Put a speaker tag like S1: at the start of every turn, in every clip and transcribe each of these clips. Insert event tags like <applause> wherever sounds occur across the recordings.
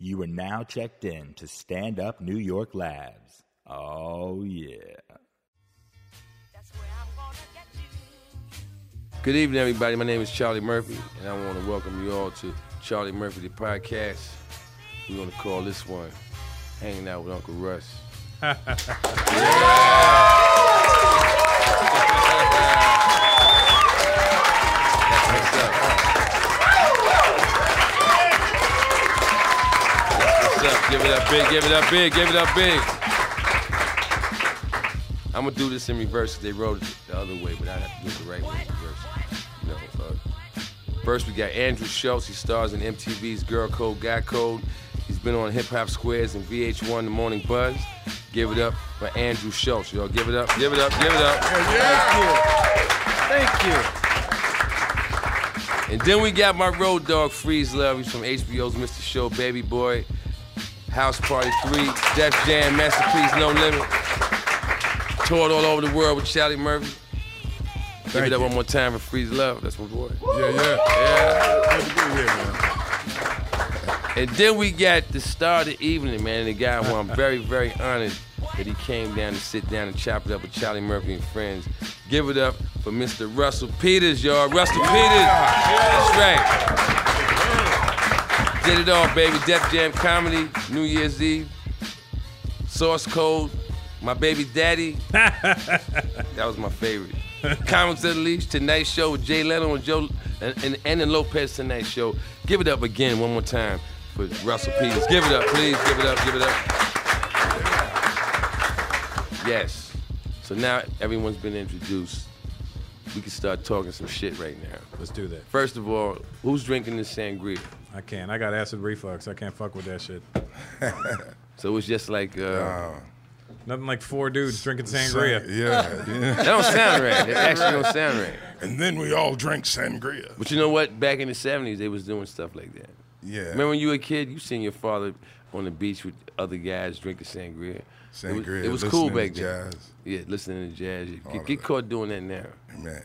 S1: You are now checked in to Stand Up New York Labs. Oh, yeah.
S2: That's where I'm gonna get you.
S3: Good evening, everybody. My name is Charlie Murphy, and I want to welcome you all to Charlie Murphy the podcast. We're going to call this one "Hanging Out with Uncle Russ." That's what's up. That's what's up. Give it up big, give it up big, give it up big. I'm gonna do this in reverse 'cause they wrote it the other way, but I have to do it the right way in reverse. You know, uh, first we got Andrew Schultz. He stars in MTV's Girl Code, Guy Code. He's been on Hip Hop Squares and VH1 The Morning Buzz. Give it up for Andrew Schultz, y'all. Give it up, give it up, give it up.
S4: Thank you.
S3: And then we got my road dog, Freeze Love. He's from HBO's Mr. Show, Baby Boy, House Party 3, Def Jam, Masterpiece, No Limit. Toured all over the world with Charlie Murphy. Give it up one more time for Freeze Love. That's my boy.
S5: Yeah, yeah.
S3: Yeah.
S5: Good to be here, man.
S3: And then we got the star of the evening, man, the guy who I'm very, very honored that he came down to sit down and chop it up with Charlie Murphy and friends. Give it up for Mr. Russell Peters, y'all. Russell Peters. That's right. Did it all, baby. Def Jam Comedy, New Year's Eve, Source Code, My Baby Daddy. that was my favorite. <laughs> Comics of the Leash, Tonight Show with Jay Leno and Joe and, and, and the Lopez Tonight Show. Give it up again one more time for Russell Peters. Give it up, please. Give it up, give it up. Yes. So now everyone's been introduced. We can start talking some shit right now.
S5: Let's do that.
S3: First of all, who's drinking this sangria?
S5: I can't. I got acid reflux. I can't fuck with that shit.
S3: So it's just like uh,
S5: Nothing like four dudes drinking sangria.
S6: Yeah, yeah.
S3: that don't sound right. It actually don't sound right.
S6: And then we all drank sangria.
S3: But you know what? Back in the '70s, they was doing stuff like that.
S6: Yeah.
S3: Remember when you were a kid, you seen your father on the beach with other guys drinking sangria. It was,
S6: Sangria,
S3: it was cool
S6: listening
S3: back
S6: to
S3: then.
S6: jazz.
S3: Yeah, listening to jazz. You
S6: All
S3: Get,
S6: of
S3: get
S6: that.
S3: caught doing that now.
S6: Man.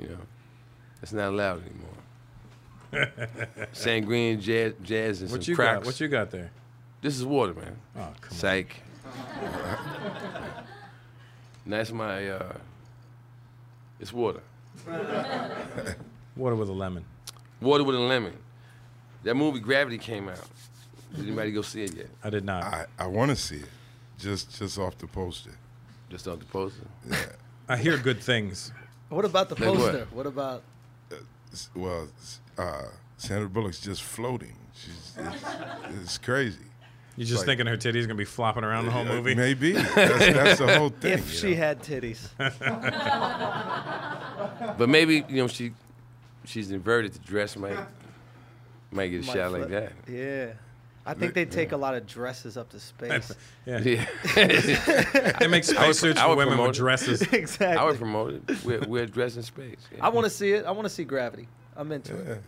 S3: You know, it's not allowed anymore.
S6: <laughs>
S3: sangria, and jazz, jazz, and
S5: What
S3: some
S5: you
S3: cracks.
S5: got? What you got there?
S3: This is water, man.
S5: Oh, come on. <laughs>
S3: Psych. And that's my. Uh, it's water.
S5: Water with a lemon.
S3: Water with a lemon. That movie Gravity came out. Did anybody go see it yet?
S5: I did not. I,
S6: I, I want to see it. Just just off the poster.
S3: Just off the poster.
S5: hear good things.
S4: What about the
S3: Like what?
S4: poster? What? about?
S6: S- Well, s- uh, Sandra Bullock's just floating. She's it's, it's crazy.
S5: You just
S6: Like-
S5: thinking her titties gonna be flopping around the whole
S6: Uh,
S3: <laughs>
S5: movie?
S6: Maybe. That's, that's the
S5: <laughs>
S6: whole thing.
S4: If
S6: you
S4: she
S6: know?
S4: had titties,
S3: But maybe you know she, she's inverted. The dress might, might get a
S4: Might
S3: shot like
S4: flip.
S3: that.
S4: yeah. I think they take a lot of
S3: <laughs>
S4: dresses up to <laughs> space.
S5: Yeah.
S3: Yeah, <laughs>
S5: They make spacesuits
S3: I
S5: for
S3: would
S5: women with
S3: promote it. <laughs>
S5: dresses.
S4: exactly.
S3: I
S4: I,
S3: would promote it. We're, we're dressing space. Yeah.
S4: want to see it. I want to see Gravity. I'm into it.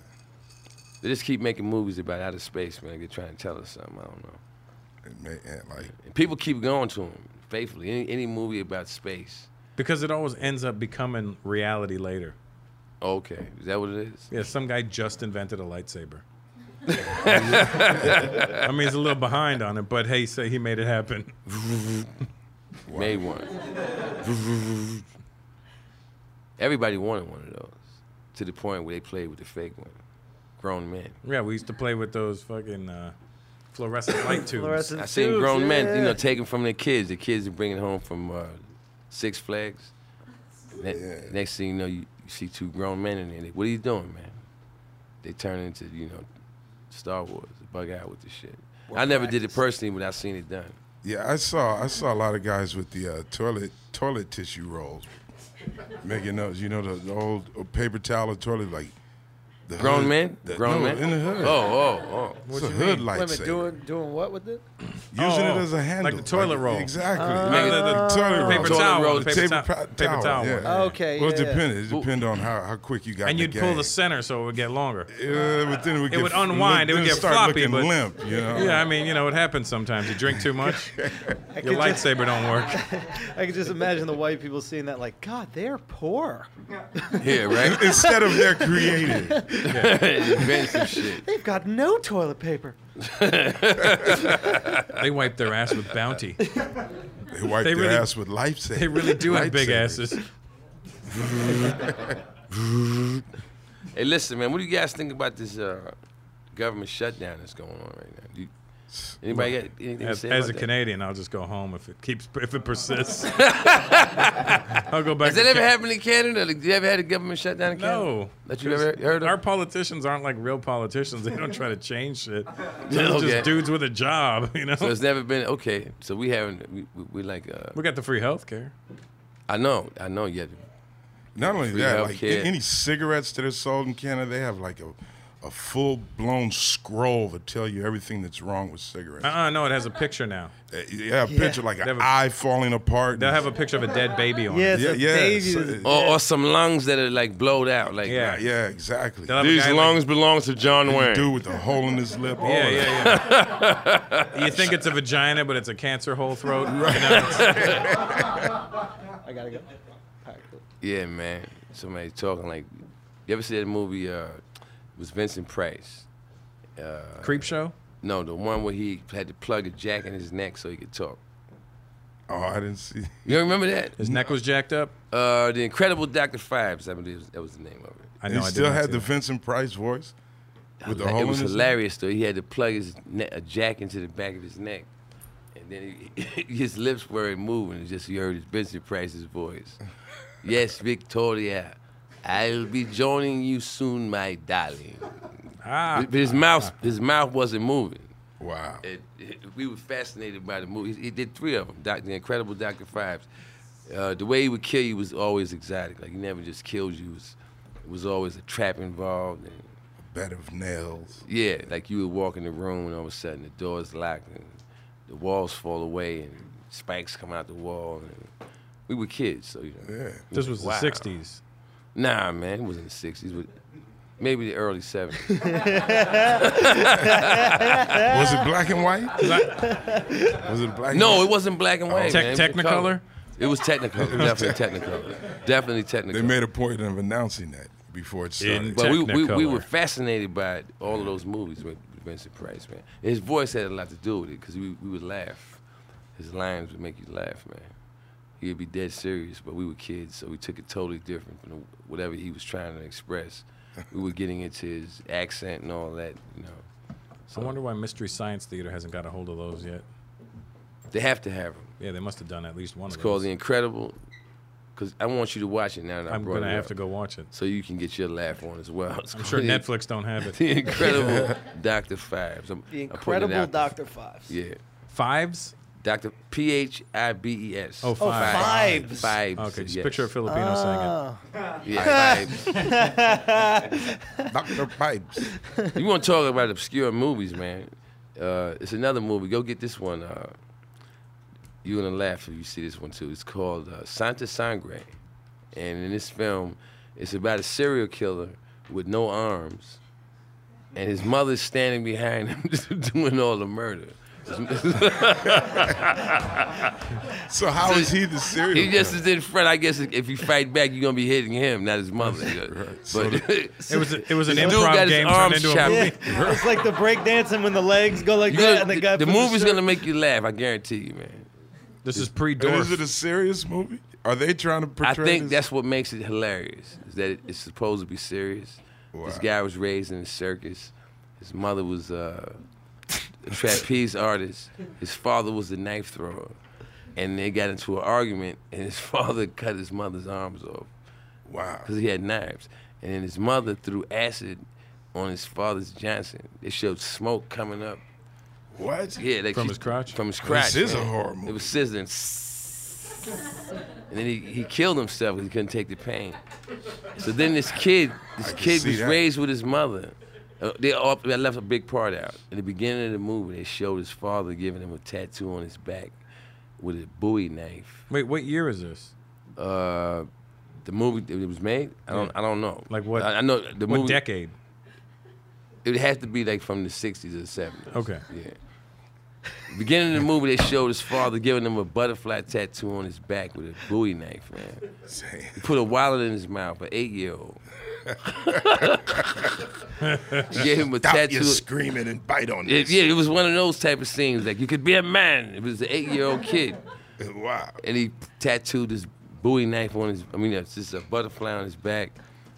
S3: They just keep making movies about outer space, man. They're trying to tell us something. I don't know.
S6: And ma- and like,
S3: And people keep going to them faithfully. Any, any movie about space.
S5: Because it always ends up becoming reality later.
S3: Okay, is that what it is?
S5: Yeah, some guy just invented a lightsaber. I mean, he's a little behind on it, but hey, say he made it happen.
S3: Made one. Everybody wanted one of those to the point where they played with the fake one. Grown men.
S5: Yeah, we used to play with those fucking uh, fluorescent light tubes.
S4: Fluorescent
S3: I seen
S4: tubes,
S3: grown men, you
S4: yeah.
S3: know, taking from their kids. The kids are bringing home from uh, Six Flags. Ne- Next thing you know, you, you see two grown men in there. They, what are you doing, man? They turn into you know, Star Wars. Bug out with the shit. I never did it personally, but I seen it done.
S6: yeah, I saw I saw a lot of guys with the uh, toilet toilet tissue rolls, making those. You know the, the old paper towel or toilet like. The
S3: Grown
S6: hood-
S3: men,
S6: Mm-hmm. the-
S3: grown
S6: no,
S3: men.
S6: in the hood.
S3: Oh, oh, oh.
S6: it's a hood
S4: Women
S6: lightsaber.
S4: doing doing what with it?
S6: Using
S5: Oh,
S6: it as
S5: like
S6: a handle.
S5: the toilet roll.
S6: Exactly.
S5: Make it- the
S6: toilet roll.
S5: paper
S3: Toilet
S5: towel,
S3: roll,
S5: one,
S3: the
S5: paper, towel, paper towel,
S6: yeah.
S5: one.
S4: Oh, Okay,
S6: Well,
S4: yeah,
S6: it
S4: yeah.
S6: depended. It depended on how, how quick you got
S5: And
S6: in
S5: you'd
S6: the
S5: pull
S6: game.
S5: the center so it would get longer.
S6: Yeah, but then it would, get,
S5: would unwind, it would
S6: then
S5: get
S6: start
S5: floppy,
S6: looking
S5: but-
S6: limp, you know?
S5: <laughs> Yeah, I mean, you know, it happens sometimes. You drink
S3: <laughs>
S5: too much, your
S4: could just-
S5: lightsaber don't work.
S4: I can just imagine the white people seeing that, like, God, they're poor.
S3: oh. Yeah, right.
S6: <laughs>
S5: <laughs>
S6: Instead of their creative.
S3: Invent some shit.
S4: They've got no toilet paper.
S5: They wipe their ass with bounty.
S6: They wipe
S5: They
S6: their
S5: really-
S6: ass with lifesavers.
S5: They really do have big asses.
S3: Hey, listen, man, what do you guys think about this uh, government shutdown that's going on right now? Do you, anybody got anything to
S5: As,
S3: say
S5: as a
S3: about that?
S5: Canadian, I'll just go home if it keeps if
S3: <laughs>
S5: it persists. I'll go back.
S3: Has that
S5: to
S3: ever
S5: Ca-
S3: happened in Canada? Like, you ever had a government shutdown in Canada?
S5: No.
S3: That you ever heard of?
S5: Our politicians aren't like real politicians. They don't try to change
S3: <laughs>
S5: shit. They're
S3: Okay.
S5: just dudes with a job, <laughs> you know.
S3: So it's never been okay. So we haven't. We, we, we like. Uh,
S5: we got the free health care.
S3: I know. I know. Yeah.
S6: Not only
S3: Free
S6: that,
S3: health
S6: like
S3: care.
S6: any cigarettes that are sold in Canada, they have like a, a full blown scroll to tell you everything that's wrong with cigarettes.
S5: Uh uh no, it has a picture now.
S6: Uh, you have a picture like
S5: They
S6: an
S5: have a-
S6: eye falling apart.
S5: They'll have a picture of a dead baby
S3: Oh,
S5: on
S4: Yeah,
S5: it.
S4: it's
S6: yeah,
S4: a
S6: yeah,
S4: baby.
S6: so-
S4: that's-
S3: Or, or some lungs that are like blowed out. Like
S5: Yeah.
S6: yeah, exactly.
S5: They'll have a
S3: these
S5: guy, like-
S3: lungs belongs to John Wayne.
S6: Dude with a hole in his lip. Oh, all
S5: yeah,
S6: of that.
S5: yeah, <laughs> yeah. you think it's a vagina, but it's a cancer hole throat. You know, it's-
S4: I gotta go. All right, cool.
S3: Yeah, man. Somebody talking like. You ever see that movie? Uh, it was Vincent Price.
S5: creep show.
S3: No, the one where he had to plug a jack in his neck so he could talk.
S6: Oh, I didn't see.
S3: You don't remember that?
S5: His neck was jacked up.
S3: Uh, the Incredible Dr. Fibes, I believe that was the name of it.
S5: I
S6: he
S5: know. I
S6: still
S5: did
S6: had the Vincent Price voice with the
S3: Like,
S6: hole
S3: it was
S6: in his
S3: hilarious though. He had to plug his ne- a jack into the back of his neck, and then he, <laughs> his lips weren't moving. It's just you heard his Vincent Price's voice. yes, Victoria, I'll be joining you soon, my darling.
S5: Ah,
S3: But his mouth, his mouth wasn't moving.
S6: lip. Wow.
S3: It, it- we were fascinated by the movie. He, he did three of them. Doc, the Incredible Dr. Fibes. Uh, the way he would kill you was always exotic. Like he never just killed you. It was, it was always a trap involved. And,
S6: Bed of nails.
S3: yeah, like you would walk in the room and all of a sudden the door's locked and the walls fall away and spikes come out the wall. And we were kids, so you know.
S6: Yeah.
S5: this was
S3: Wow.
S5: the '60s.
S3: Nah, man, it was in the '60s, but maybe the early '70s.
S6: Was it black and white? was it black?
S3: no, it
S6: and white?
S3: wasn't black and white.
S5: Tec-
S3: man. It was
S5: Technicolor?
S3: color. It was Technicolor. definitely Technicolor. Definitely Technicolor.
S6: They made a point of announcing that before it started.
S5: In-
S3: But we, we, we
S5: Technicolor.
S3: were fascinated by all of those movies with Vincent Price, man. His voice had a lot to do with it because we, we would laugh. His lines would make you laugh, man. He would be dead serious, but we were kids, so we took it totally different from whatever he was trying to express. We were getting into his accent and all that, you know.
S5: I wonder why Mystery Science Theater hasn't got a hold of those yet.
S3: They have to have him.
S5: Yeah, they must have done at least one
S3: It's
S5: of
S3: called
S5: those.
S3: The Incredible, because I want you to watch it now that I
S5: I'm
S3: brought
S5: gonna
S3: it
S5: have
S3: up,
S5: to go watch it.
S3: So you can get your laugh on as <laughs> well. It's
S5: I'm sure
S3: called
S5: Netflix don't
S3: <laughs>
S5: have it.
S3: The Incredible Dr. Fives. I'm-
S4: The
S3: I'm putting it
S4: incredible
S3: out there.
S4: Doctor Fives.
S3: Yeah.
S5: Fives?
S3: Dr. P H I B E S.
S5: Oh, Oh,
S4: Fives. Fives.
S3: Fives.
S5: Okay, just
S3: yes.
S5: picture a Filipino saying
S3: Yeah, Fives.
S6: Dr. Pipes.
S3: You want to talk about obscure movies, man? Uh, it's another movie. Go get this one. Uh, you're gonna laugh if you see this one too. It's called uh, Santa Sangre, and in this film, it's about a serial killer with no arms, and his mother's standing behind him <laughs> doing all the murder.
S6: So how is he the serial?
S3: He just
S6: killer?
S3: is in front. I guess if you fight back, you're gonna be hitting him, not his mother. <laughs>
S6: So
S3: But
S5: it. It was a, it was an
S3: This dude got
S5: improv
S3: his
S5: game
S3: arms
S5: turned into
S3: shot.
S5: a
S4: Yeah,
S5: movie.
S4: <laughs> <laughs> it's like the breakdancing when the legs go like
S3: You
S4: that,
S3: gonna-
S4: and the guy.
S3: the, the
S4: puts his
S3: movie's
S4: shirt-
S3: gonna make you laugh. I guarantee you, man.
S5: This is pre
S6: And is
S5: Dorf.
S6: it a serious movie? Are they trying to portray?
S3: I think
S6: this?
S3: that's what makes it hilarious. Is that it- it's supposed to be serious. This
S6: Wow.
S3: guy was raised in a circus. His mother was uh, a trapeze artist. His father was a knife thrower, and they got into an argument. And his <laughs> father cut his mother's arms off
S6: wow.
S3: because he had knives. And then his mother threw acid on his father's Johnson. They showed smoke coming up.
S6: What?
S3: Yeah, like
S5: From
S3: she-
S5: his crotch?
S3: From his crotch.
S6: This is a
S3: man.
S6: horror
S3: It
S6: movie.
S3: was sizzling. And then he, he killed himself because he couldn't take the pain. So then this kid, this kid
S6: see
S3: was
S6: that.
S3: raised with his mother. Uh, they all, I left a big part out. In the beginning of the movie, they showed his father giving him a tattoo on his back with a Bowie knife.
S5: Wait, what year is this?
S3: Uh, the movie that it was made, I don't, I don't know.
S5: Like what-
S3: I, I know the
S5: What
S3: movie.
S5: decade?
S3: It had to be like from the '60s or '70s.
S5: Okay.
S3: Yeah. Beginning of the movie, they showed his father giving him a butterfly tattoo on his back with a Bowie knife, man.
S6: Damn.
S5: <laughs>
S3: Put a wallet in his mouth, an eight year old. Gave him a
S6: Stop
S3: tattoo.
S6: your screaming and bite on
S3: Yeah,
S6: this.
S3: yeah, it was one of those type of scenes. Like you could be a man. It was an eight-year-old kid,
S6: Wow.
S3: and he tattooed this Bowie knife on his. I mean, it's just a butterfly on his back.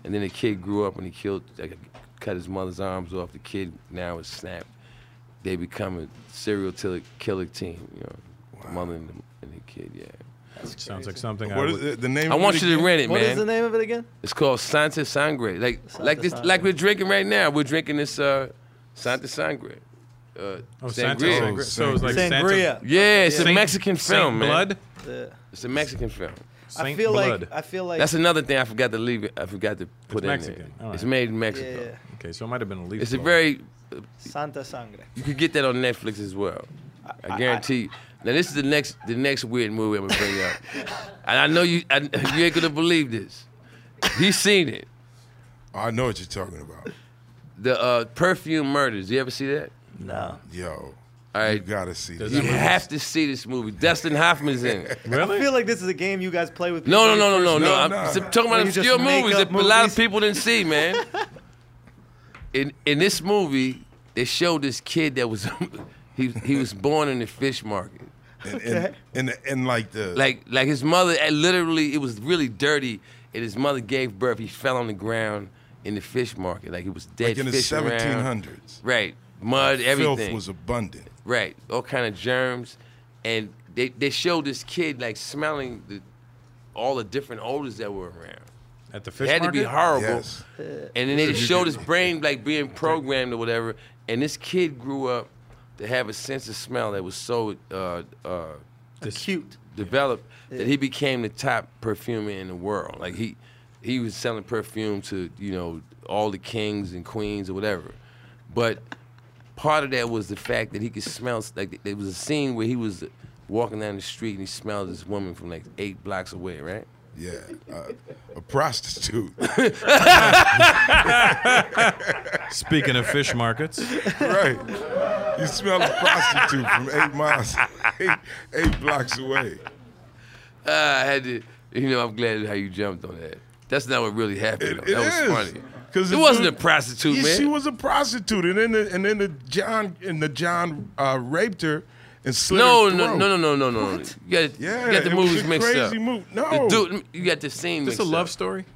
S3: And then the kid grew up, and he killed, like, cut his mother's arms off. The kid now is snapped. They become a serial killer, killer team. You know, the mother and the, and the kid. Yeah.
S5: Sounds like something I
S6: What is
S5: would.
S6: it, the name?
S3: I
S6: of
S3: want
S6: it
S3: you to
S6: again?
S3: rent it,
S4: What
S3: man.
S4: is the name of it again?
S3: It's called Santa Sangre. Like like this
S4: Sangre.
S3: like we're drinking right now. We're drinking this uh Santa Sangre. Uh,
S5: Oh,
S3: sangria.
S5: Santa Sangria. So it's like
S4: Sangria.
S5: Santa.
S3: Yeah, it's a
S5: Saint-
S3: Mexican film,
S5: Saint
S3: man.
S5: Blood.
S4: The-
S3: It's a Mexican film.
S4: I
S5: Saint
S4: feel
S5: Blood.
S4: like I feel like
S3: That's another thing I forgot to leave. I forgot to put in
S5: Mexican.
S3: there.
S5: All right.
S3: It's made in
S4: yeah,
S3: Mexico.
S4: yeah.
S5: okay, so it might have been a leaf.
S3: It's a
S5: blower.
S3: very.
S4: Santa Sangre.
S3: You could get that on Netflix as well. I guarantee. you. Now this is the next the next weird movie I'm gonna bring up, and I know you I, you ain't gonna believe this. He's seen it.
S6: I know what you're talking about.
S3: The uh, Perfume Murders. You ever see that?
S4: No.
S6: Yo,
S3: All
S6: you
S3: right.
S6: gotta see this.
S3: You have to see this movie. Dustin Hoffman's in it.
S5: Really?
S3: <laughs>
S4: I feel like this is a game you guys play with.
S3: No, no,
S4: people
S3: no, no, no, no.
S6: No,
S3: I'm
S6: no.
S3: s- talking about
S4: you just
S3: obscure
S4: make
S3: movies
S4: up
S3: that a lot of
S4: movies?
S3: people didn't see, man. in in this movie, they showed this kid that was <laughs> he he was born in the fish market.
S6: And, and, and, and like the
S3: Like like his mother eh, literally it was really dirty, and his mother gave birth. He fell on the ground in the fish market, like he was dead
S6: like in the
S3: fish around.
S6: 1700s,
S3: Right, mud, everything.
S6: filth was abundant.
S3: Right, all kind of germs, and they they showed this kid like smelling the, all the different odors that were around.
S5: at the
S3: It
S5: fish
S3: had
S5: market.
S3: to be horrible. Uh,
S6: Yes.
S3: And then they showed his brain like being programmed or whatever. And this kid grew up to have a sense of smell that was so uh, uh,
S4: Acute.
S3: developed that he became the top perfumer in the world. Like he he was selling perfume to you know all the kings and queens or whatever. But part of that was the fact that he could smell like there was a scene where he was walking down the street and he smelled this woman from like eight blocks away, right?
S6: Yeah, uh, a
S3: <laughs>
S6: prostitute.
S5: Speaking of fish
S3: <laughs>
S5: markets,
S6: right. You smell a prostitute from eight miles, eight, eight blocks away.
S3: Ah, I had to, you know, I'm glad how you jumped on that. That's not what really happened.
S6: It-
S3: though. that
S6: it
S3: was
S6: is.
S3: funny.
S6: 'Cause
S3: it
S6: the
S3: wasn't
S6: dude-
S3: a prostitute,
S6: Yeah,
S3: man.
S6: she was a prostitute, and then the, and then the John and the John uh, raped her and slit
S3: no,
S6: her
S3: no,
S6: throat.
S3: no, no, no, no, no, no. You got,
S6: Yeah,
S3: you got the
S6: it was
S3: movies
S6: a
S3: mixed up.
S6: crazy move. No.
S3: the dude, you got the scene.
S5: this
S3: mixed
S5: a love
S3: up.
S5: story.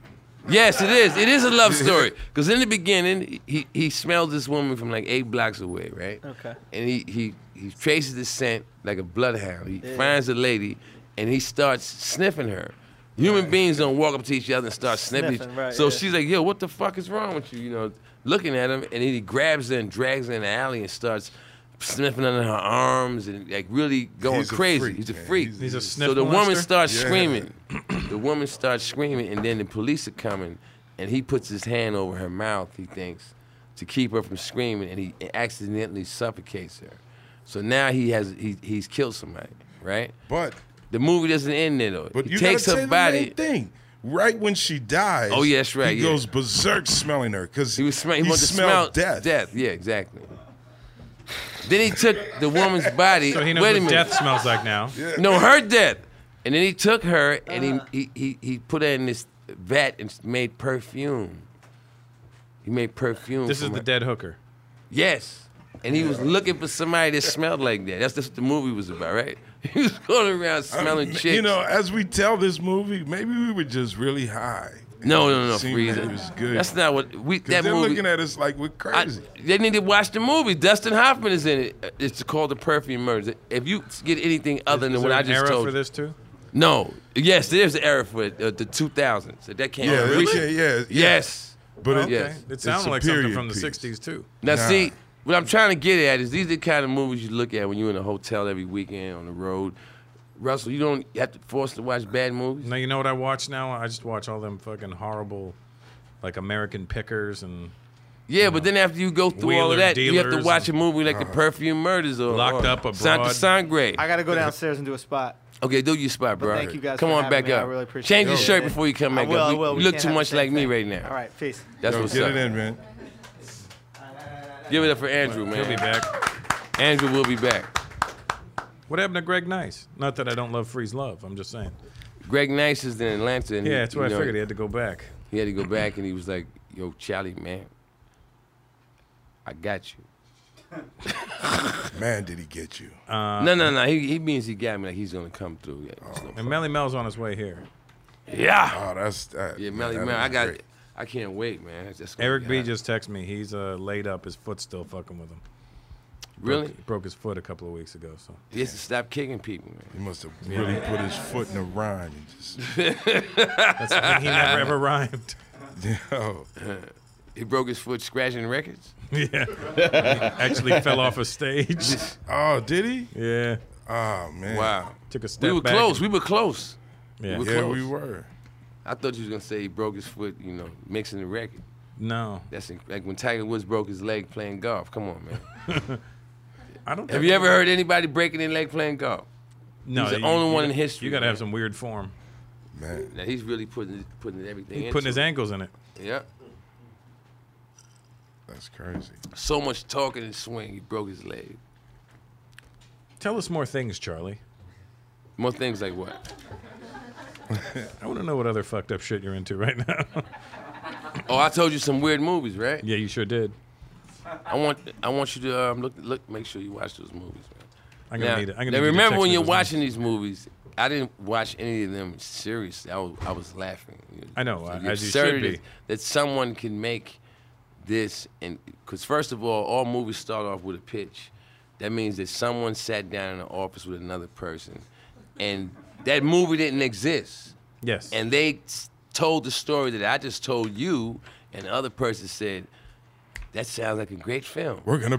S3: Yes, it is. It is a
S6: <laughs>
S3: love story. Because in the beginning, he he smells this woman from like eight blocks away, right?
S4: Okay.
S3: And he he he traces the scent like a bloodhound. He finds the lady, and he starts sniffing her. Human beings don't walk up to each other and start sniffing.
S4: Sniffing, right,
S3: so
S4: yeah.
S3: she's like, "Yo, what the fuck is wrong with you?" You know, looking at him, and then he grabs her and drags her in the alley and starts sniffing under her arms and like really going
S6: He's a
S3: crazy.
S6: freak,
S3: He's a
S6: man.
S3: freak.
S6: He's
S5: He's a sniff.
S3: So the woman
S5: monster?
S3: starts
S6: Yeah.
S3: screaming. <clears throat> the woman starts screaming, and then the police are coming, and he puts his hand over her mouth, he thinks, to keep her from screaming, and he accidentally suffocates her. So now he has he, he's killed somebody, right?
S6: But
S3: The movie doesn't end there though.
S6: but
S3: he
S6: you
S3: takes
S6: gotta
S3: her
S6: say
S3: body.
S6: the main thing. Right when she dies,
S3: Oh, yeah, that's right,
S6: He
S3: yeah.
S6: goes berserk smelling her because
S3: He was smell. He, wanted to smell
S6: smelled death.
S3: Death. Yeah, exactly. then he took the woman's body.
S5: So he knows
S3: Wait a
S5: what
S3: minute.
S5: death smells
S3: <laughs>
S5: like now.
S6: <laughs>
S3: No, her death. And then he took her and
S6: Uh.
S3: he, he, he, he put her in this vat and made perfume. He made perfume.
S5: This is
S3: from
S5: the
S3: her.
S5: dead hooker.
S3: Yes. And he was looking for somebody that smelled like that. That's just what the movie was about, right? <laughs> He was going around smelling
S6: Um,
S3: chicks.
S6: You know, as we tell this movie, maybe we were just really high.
S3: no, no, no,
S6: Seemed
S3: Freezer.
S6: like it was good.
S3: That's not what we.
S6: Because
S3: That
S6: they're
S3: movie.
S6: looking at us like we're
S3: I,
S6: crazy.
S3: they need to watch the movie. Dustin Hoffman is in it. It's called The Perfume Murders. If you get anything other than
S5: Is
S3: what
S5: there
S3: I
S5: an
S3: just
S5: era
S3: told
S5: for
S3: you,
S5: this too?
S3: no, yes, there's an era for it, uh, the 2000s. That came
S6: yeah,
S3: out
S6: really?
S3: recent-
S6: yeah, yeah, yeah.
S3: Yes.
S6: But it,
S3: Yes.
S5: It
S6: It's
S5: sounded
S6: a
S5: like something
S6: period
S5: from the
S6: piece.
S5: '60s too.
S3: Now,
S6: Nah.
S3: see, what I'm trying to get at is these are the kind of movies you look at when you're in a hotel every weekend on the road. Russell, you don't have to force to watch bad movies.
S5: Now you know what I watch now. I just watch all them fucking horrible, like American Pickers and
S3: Yeah, but then after you go through all
S5: Wheeler
S3: of that, you have to
S5: Dealers
S3: watch a movie like The Perfume Murders or
S5: Locked
S3: or
S5: Up Abroad.
S3: Santa Sangre.
S4: I gotta go downstairs and do a spot.
S3: Okay, do your spot, bro.
S4: thank you guys
S3: Come
S4: for
S3: on
S4: having
S3: back
S4: me. I
S3: up.
S4: really appreciate
S3: Change
S4: it.
S3: your shirt before you come back
S4: I will,
S3: up.
S4: I
S3: You-
S4: will.
S3: You
S4: We
S3: look
S4: can't
S3: too
S4: have the
S3: much
S4: same
S3: like me
S4: thing.
S3: right now.
S4: All right, peace.
S3: That's
S6: Yo,
S3: what's
S6: get
S3: up.
S6: it in, man.
S3: Give it up for Andrew,
S5: He'll
S3: man.
S5: be back.
S3: Andrew will be back.
S5: What happened to Greg Nice? Not that I don't love Freeze Love. I'm just saying.
S3: Greg Nice is in Atlanta. And he-
S5: Yeah, that's
S3: you
S5: what I
S3: know,
S5: figured. He had to go back.
S3: He had to go back and he was like, yo, Charlie, man, I got you.
S6: Man, did he get you?
S5: Uh,
S3: no, no, no. He, he means he got me. Like he's gonna come through. Yeah, it's no
S5: And Melly Mel's on his way here.
S3: yeah.
S6: oh, that's that.
S3: Yeah, Melly,
S6: that
S3: man, I
S6: was
S3: got.
S6: great.
S3: I can't wait, man. It's just gonna
S5: Eric B
S3: hot.
S5: just texted me. He's uh, laid up. His foot's still fucking with him.
S3: really.
S5: Broke, broke his foot a couple of weeks ago. So
S3: He has to stop kicking people, man.
S6: He must have really put his foot in a rhyme. And just, <laughs>
S5: that's he
S3: <laughs>
S5: never ever rhymed. <laughs>
S6: yo,
S3: He broke his foot scratching records. <laughs>
S5: yeah, actually fell off a stage. <laughs>
S6: oh, did he?
S5: Yeah,
S6: Oh man.
S3: Wow.
S5: took a step.
S3: We were
S5: back
S3: close. We were close.
S5: Yeah.
S3: We were
S6: Yeah,
S3: close.
S6: we were.
S3: I thought you was gonna say he broke his foot. You know, mixing the record.
S5: No,
S3: That's inc- like when Tiger Woods broke his leg playing golf. Come on, man.
S5: I don't.
S3: Have
S5: think-
S3: you ever heard anybody breaking their leg playing golf?
S5: No,
S3: he's the
S5: you-
S3: only
S5: you
S3: one
S5: got-
S3: in history,
S5: You gotta
S3: man.
S5: have some weird form.
S6: Man,
S3: Now he's really putting putting everything.
S5: He's putting his ankles in it.
S3: his. Yeah.
S6: that's crazy.
S3: So much talking and swing. He broke his leg.
S5: Tell us more things, Charlie.
S3: More things like what?
S5: I want to know what other fucked up shit you're into right now. <laughs>
S3: Oh, I told you some weird movies, right?
S5: yeah, you sure did.
S3: I want I want you to um, look look make sure you watch those movies, man.
S5: I'm gonna
S3: Now-
S5: need it. I'm gonna
S3: now
S5: need you to
S3: remember
S5: text
S3: when
S5: me
S3: you're
S5: those names.
S3: watching these movies, I didn't watch any of them seriously. I was, I was laughing.
S5: I know,
S3: The
S5: uh, as you should
S3: absurdity
S5: be.
S3: That someone can make this, and because first of all, all movies start off with a pitch. That means that someone sat down in an office with another person, and that movie didn't exist
S5: Yes.
S3: and they s- told the story that I just told you, and the other person said, "That sounds like a great film."
S6: We're gonna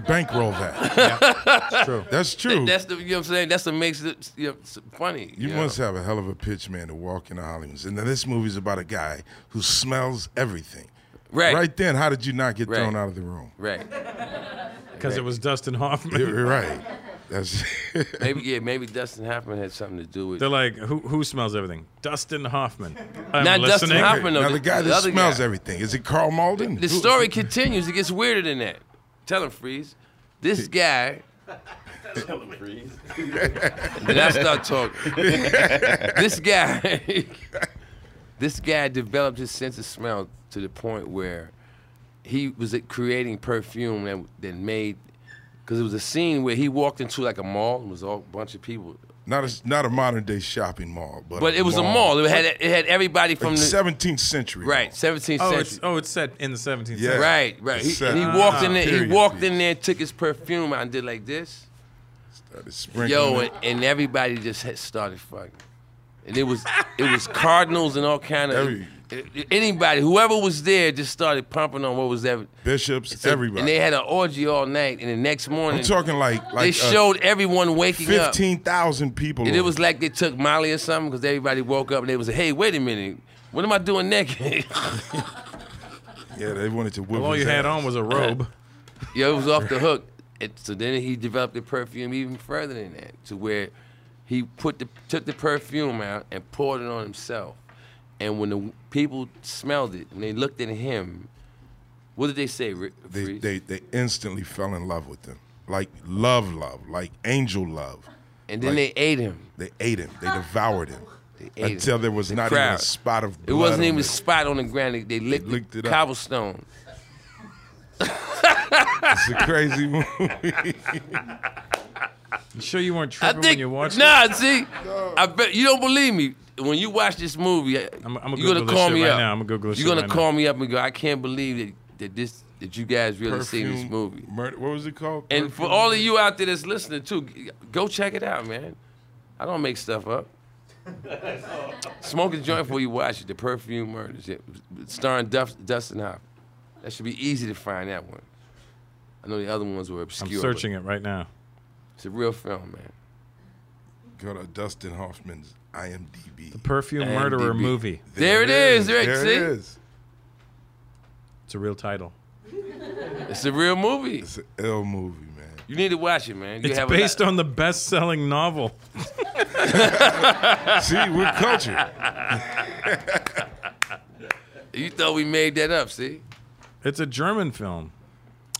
S3: <laughs>
S6: bankroll that.
S5: true.
S6: That's true.
S3: That's the you know what I'm saying. That's what makes it you know, s- funny.
S6: you
S3: know?
S6: must have a hell of a pitch, man, to walk in the Hollywood. And now this movie's about a guy who smells everything.
S3: Right.
S6: Right then, how did you not get
S3: Right.
S6: thrown out of the room? <laughs>
S3: right.
S5: Because it was Dustin Hoffman.
S6: You're right.
S3: <laughs>
S6: That's
S3: Maybe yeah. Maybe Dustin Hoffman had something to do with.
S5: They're like, who who smells everything? Dustin Hoffman. I'm
S3: Not Dustin
S5: listening.
S3: Hoffman.
S6: now
S3: the-
S6: the guy
S3: the
S6: that
S3: other
S6: smells
S3: guy.
S6: everything. Is it Carl Malden?
S3: the
S6: Who-
S3: story continues. It gets weirder than that. Tell him freeze. This guy. <laughs> then I start talking. this guy, <laughs> this guy developed his sense of smell to the point where he was creating perfume that that made. Because it was a scene where he walked into like a mall. It was all a bunch of people,
S6: Not a not a modern day shopping mall, but
S3: but it was a mall. It had it had everybody from
S6: Like
S3: the
S6: 17th century.
S3: right
S6: mall.
S3: 17th
S5: Oh,
S3: century.
S5: it's oh, it's set in the 17th
S6: Yeah.
S5: century.
S3: Right, right. He,
S6: Set.
S3: and he walked in
S6: Ah,
S3: there. He
S6: period
S3: walked
S6: piece.
S3: in there, and took his perfume out, and did like this.
S6: Started sprinkling
S3: Yo,
S6: it.
S3: and, and everybody just had started fucking, and it was it was cardinals and all kind of
S6: Every-
S3: anybody, whoever was there, just started pumping on what was ever.
S6: bishops,
S3: So-
S6: everybody.
S3: And they had an orgy all night, and the next morning
S6: I'm talking like
S3: they
S6: like uh,
S3: showed everyone waking up.
S6: fifteen thousand people.
S3: And it was like they took Molly or something because everybody woke up and they was like, "Hey, wait a minute, what am I doing naked?" <laughs>
S6: yeah, they wanted to whip.
S5: All
S6: his
S5: you had
S6: ass.
S5: on was a robe.
S3: Yo, it was off the hook. It, so then he developed the perfume even further than that, to where he put the took the perfume out and poured it on himself. And when the people smelled it, when they looked at him, what did they say? Ri-
S6: They,
S3: Freeze?
S6: they they instantly fell in love with them, like love, love, like angel love.
S3: and then they ate him.
S6: They ate him. They devoured him
S3: ate
S6: until
S3: him.
S6: there was
S3: The
S6: not even a
S3: crowd.
S6: spot of
S3: It
S6: blood.
S3: wasn't
S6: on
S3: even a
S6: it.
S3: spot on the ground. They, they licked,
S6: licked
S3: the
S6: it up.
S3: cobblestone.
S6: It's a
S3: <laughs>
S6: crazy movie.
S5: You sure you weren't
S3: I
S5: tripping when
S3: think
S5: you watched it?
S3: nah. See, I bet you don't believe me. When you watch this movie,
S5: I'm- I'ma
S3: you're
S5: Google
S3: gonna
S5: this
S3: call
S5: shit
S3: me
S5: right
S3: up.
S5: now. I'ma Google this
S3: You're
S5: shit
S3: gonna
S5: right
S3: call me up and go, I can't believe that, that this that you guys really seen this movie.
S6: Murder, what was it called?
S3: And for
S6: Perfume?
S3: all of you out there that's listening too, g- go check it out, man. I don't make stuff up. Smoke a joint before you watch it. The Perfume Murders, yeah, starring Duff, Dustin Hoffman. That should be easy to find that one. I know the other ones were
S5: I'm
S3: obscure. but
S5: searching it right now.
S3: It's a real film, man.
S6: go to Dustin Hoffman's IMDb.
S5: Perfume Murderer
S3: IMDb.
S5: movie.
S3: There it is. There,
S6: There
S3: see?
S6: it is.
S5: It's a real title.
S3: It's a real movie.
S6: It's an L movie, man.
S3: You need to watch it, man. You
S5: It's
S3: have
S5: based
S3: a lot-
S5: on the best-selling novel.
S6: See, we're cultured.
S3: <laughs> You thought we made that up, see?
S5: It's a German film.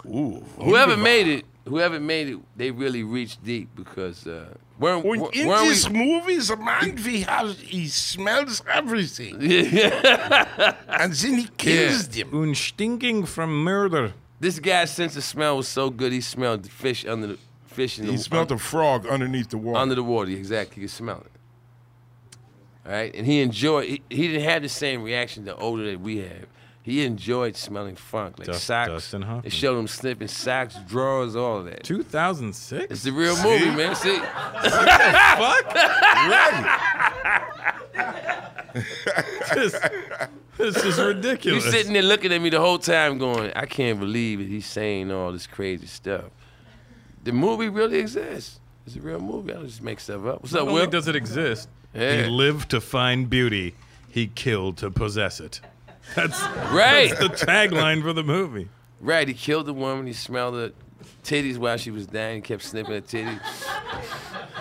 S6: Ooh,
S3: Whoever made it, whoever made it, they really reached deep because uh, weren't,
S6: When
S3: weren't
S6: in
S3: we-
S6: this movie, the man we have, he smells
S3: <laughs>
S6: everything, and then he kills them.
S5: Un stinking from murder.
S3: This guy's sense of smell was so good. He smelled the fish under the fish in the
S6: He smelled a frog underneath the water.
S3: under the water. Exactly, he could smell it. All right, and he enjoyed. He, he didn't have the same reaction to odor that we have. He enjoyed smelling funk, like
S5: Dust-
S3: socks.
S5: Dustin Hoffman.
S3: They showed him slipping socks, drawers, all of that.
S5: 2006?
S3: It's the real movie, man. See,
S5: <laughs> this, this is
S3: you
S5: ridiculous.
S3: sitting there looking at me the whole time, going, "I can't believe that he's saying all this crazy stuff." The movie really exists. It's a real movie. I don't just make stuff up. What's up,
S5: Not
S3: Will?
S5: only does it exist,
S3: Yeah.
S5: he lived to find beauty, he killed to possess it. That's
S3: right.
S5: the tagline for the movie.
S3: Right, he killed the woman. He smelled her titties while she was dying. He kept snipping her titties.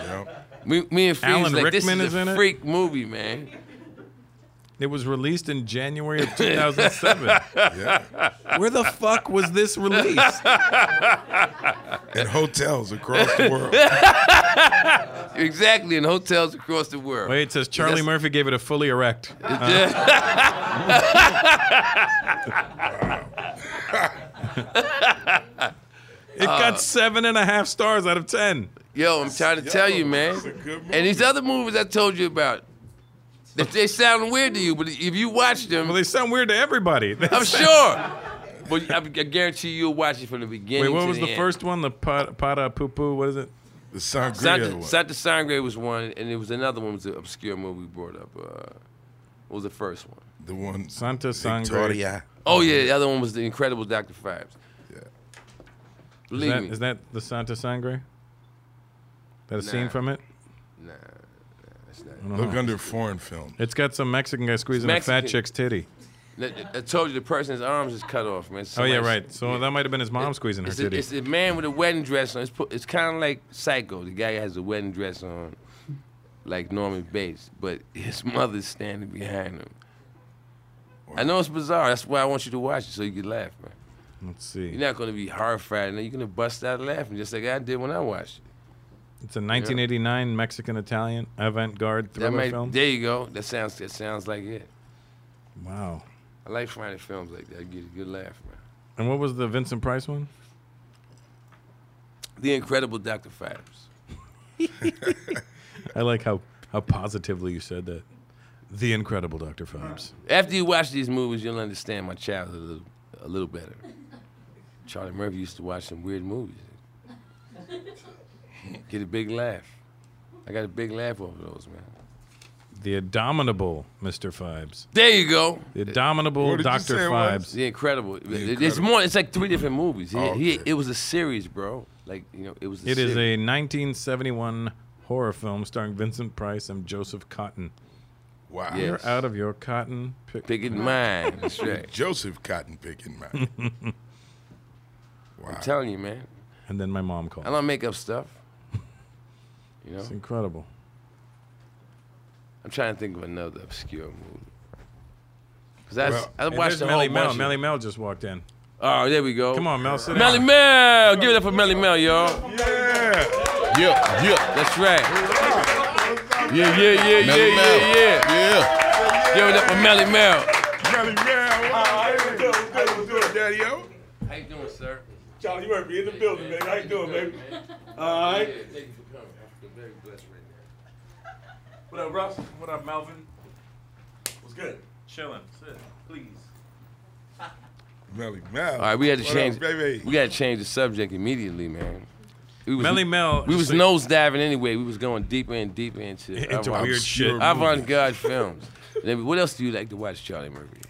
S6: Yep.
S3: Me, me and Phoebe's
S5: Alan
S3: like, this
S5: Rickman
S3: is,
S5: is
S3: a
S5: in it?
S3: freak movie, man.
S5: It was released in January of 2007. <laughs>
S6: Yeah.
S5: Where the fuck was this released?
S6: At hotels across the world.
S3: Exactly, in hotels across the world.
S5: Wait, it says Charlie
S3: That's-
S5: Murphy gave it a fully erect. Uh, <laughs> It got seven and a half stars out of ten.
S3: Yo, I'm trying to tell you, man.
S6: that's a good movie.
S3: And these other movies I told you about, they, they sound weird to you, but if you watch them,
S5: Well, they sound weird to <laughs> everybody. They
S3: I'm
S5: sound-
S3: sure. But I, I guarantee you'll watch it from the
S5: Wait,
S3: beginning.
S5: what
S3: to
S5: was the
S3: end.
S5: first one? The pot, para poo poo. What is it?
S6: The
S3: <laughs>
S6: sangria
S3: Santa,
S6: one.
S3: Santa Sangre was one, and it was another one was an obscure movie we brought up. Uh, what was the first one?
S6: the one.
S5: Santa Sangre.
S6: Victoria.
S3: Oh yeah, the other one was the Incredible Dr. Fibes.
S6: Yeah.
S5: Is
S3: Believe
S5: that,
S3: me,
S5: is that the Santa Sangre? That
S3: Nah.
S5: a scene from it?
S3: nah, nah, that's not.
S6: Look under foreign film.
S5: It's got some Mexican guy squeezing a
S3: Mexican.
S5: fat chick's titty.
S3: That- I told you the person's arms is cut off, man.
S5: Oh yeah,
S3: Somebody's-
S5: right. So that might have been his mom squeezing her
S3: It's a,
S5: titty.
S3: it's a man with a wedding dress on. It's, pu- it's kind of like Psycho. The guy has a wedding dress on, like Norman Bates, but his <laughs> mother's standing behind him. I know it's bizarre. That's why I want you to watch it so you can laugh, man.
S5: Let's see.
S3: You're not gonna be horrified, and you're gonna bust out laughing just like I did when I watched it.
S5: It's a 1989 Mexican Italian avant garde
S3: That
S5: thriller
S3: might-
S5: film.
S3: There you go. That sounds. That sounds like it.
S5: Wow.
S3: I like finding films like that. I get a good laugh, man.
S5: And what was the Vincent Price one?
S3: The Incredible Dr. Fibes.
S5: I like how how positively you said that. The incredible Dr. Fibes.
S3: After you watch these movies, you'll understand my childhood a little, a little better. <laughs> Charlie Murphy used to watch some weird movies. <laughs> Get a big laugh. I got a big laugh over those, man.
S5: The indomitable Mr. Fibes.
S3: There you go.
S5: The indomitable
S6: What did you
S5: Dr.
S6: say it was?
S5: Fibes.
S3: The Incredible. It- It's
S6: Incredible.
S3: more. It's like three different movies. He-
S6: Oh,
S3: he-
S6: okay.
S3: it was a series, bro. Like you know, it was. A
S5: It
S3: series.
S5: is a 1971 horror film starring Vincent Price and Joseph Cotton.
S6: Wow.
S3: Yeah.
S5: You're out of your cotton pick.
S3: picking mine. That's right.
S6: Joseph Cotton
S3: <laughs>
S6: picking man. wow.
S3: I'm telling you, man.
S5: And then my mom called.
S3: I don't make up stuff. You know,
S5: It's incredible.
S3: I'm trying to think of another obscure movie. Cause I,
S6: Well,
S3: I
S5: Hey,
S3: watched
S5: there's
S3: the
S5: Melly
S3: whole
S5: Mel.
S3: bunch of-
S5: Melly Mel just walked in.
S3: Oh, there we go.
S5: Come on, Mel, sit down.
S3: Melly Mel. Give it up for Melly Mel, y'all.
S6: Yeah.
S7: Yeah, yeah,
S3: That's right. Yeah, yeah, yeah, yeah,
S7: Melly Mel.
S3: yeah, yeah.
S7: yeah.
S3: Give it up for Melly Mel.
S6: Melly Mel.
S8: Oh,
S6: Wow. Hey, what's up? What's up, Daddy-O?
S3: How you doing, sir?
S8: Charlie Murphy in the building, baby. How you doing, baby? All right.
S3: Thank you for coming. I feel very blessed right now.
S8: What up, Russ? What up, Melvin? What's good? Chilling. Sit, please.
S6: Melly Mel.
S3: All right, we had to
S6: What
S3: change.
S6: Up, baby.
S3: We had to change the subject immediately, man. We was,
S5: Melly Mel.
S3: We was
S5: so-
S3: nose diving anyway. We was going deeper and deeper into,
S5: Into
S3: avant-
S5: weird shit.
S3: avant-garde films. And then what else do you like to watch, Charlie Murphy?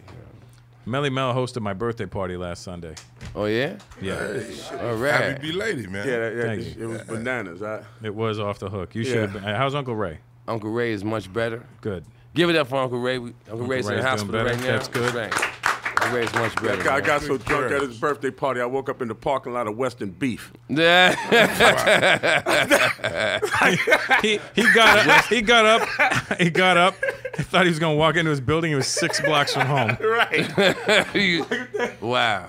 S5: Melly Mel hosted my birthday party last Sunday.
S3: Oh yeah,
S5: Yeah,
S3: all
S6: Happy
S3: right.
S6: belated, man.
S8: Yeah, that, yeah
S5: Thank
S8: it,
S5: you.
S8: was bananas. I,
S5: it was off the hook. You should have
S8: Yeah.
S5: been. How's Uncle Ray?
S3: Uncle Ray is much better.
S5: Good.
S8: <laughs>
S3: Give it up for Uncle Ray. We- Uncle, Ray's in
S5: Ray's
S3: the
S5: doing
S3: hospital
S5: better.
S3: right now.
S5: That's good.
S3: right. Uncle Ray's much better.
S8: I got, I
S3: man.
S8: got so drunk
S6: Sure.
S8: at his birthday party, I woke up in the parking lot of Western Beef.
S3: Yeah.
S5: He he got up, he got up <laughs> he got up. I thought he was gonna walk into his building. He was six blocks
S3: <laughs>
S5: from home.
S8: Right.
S3: You- wow.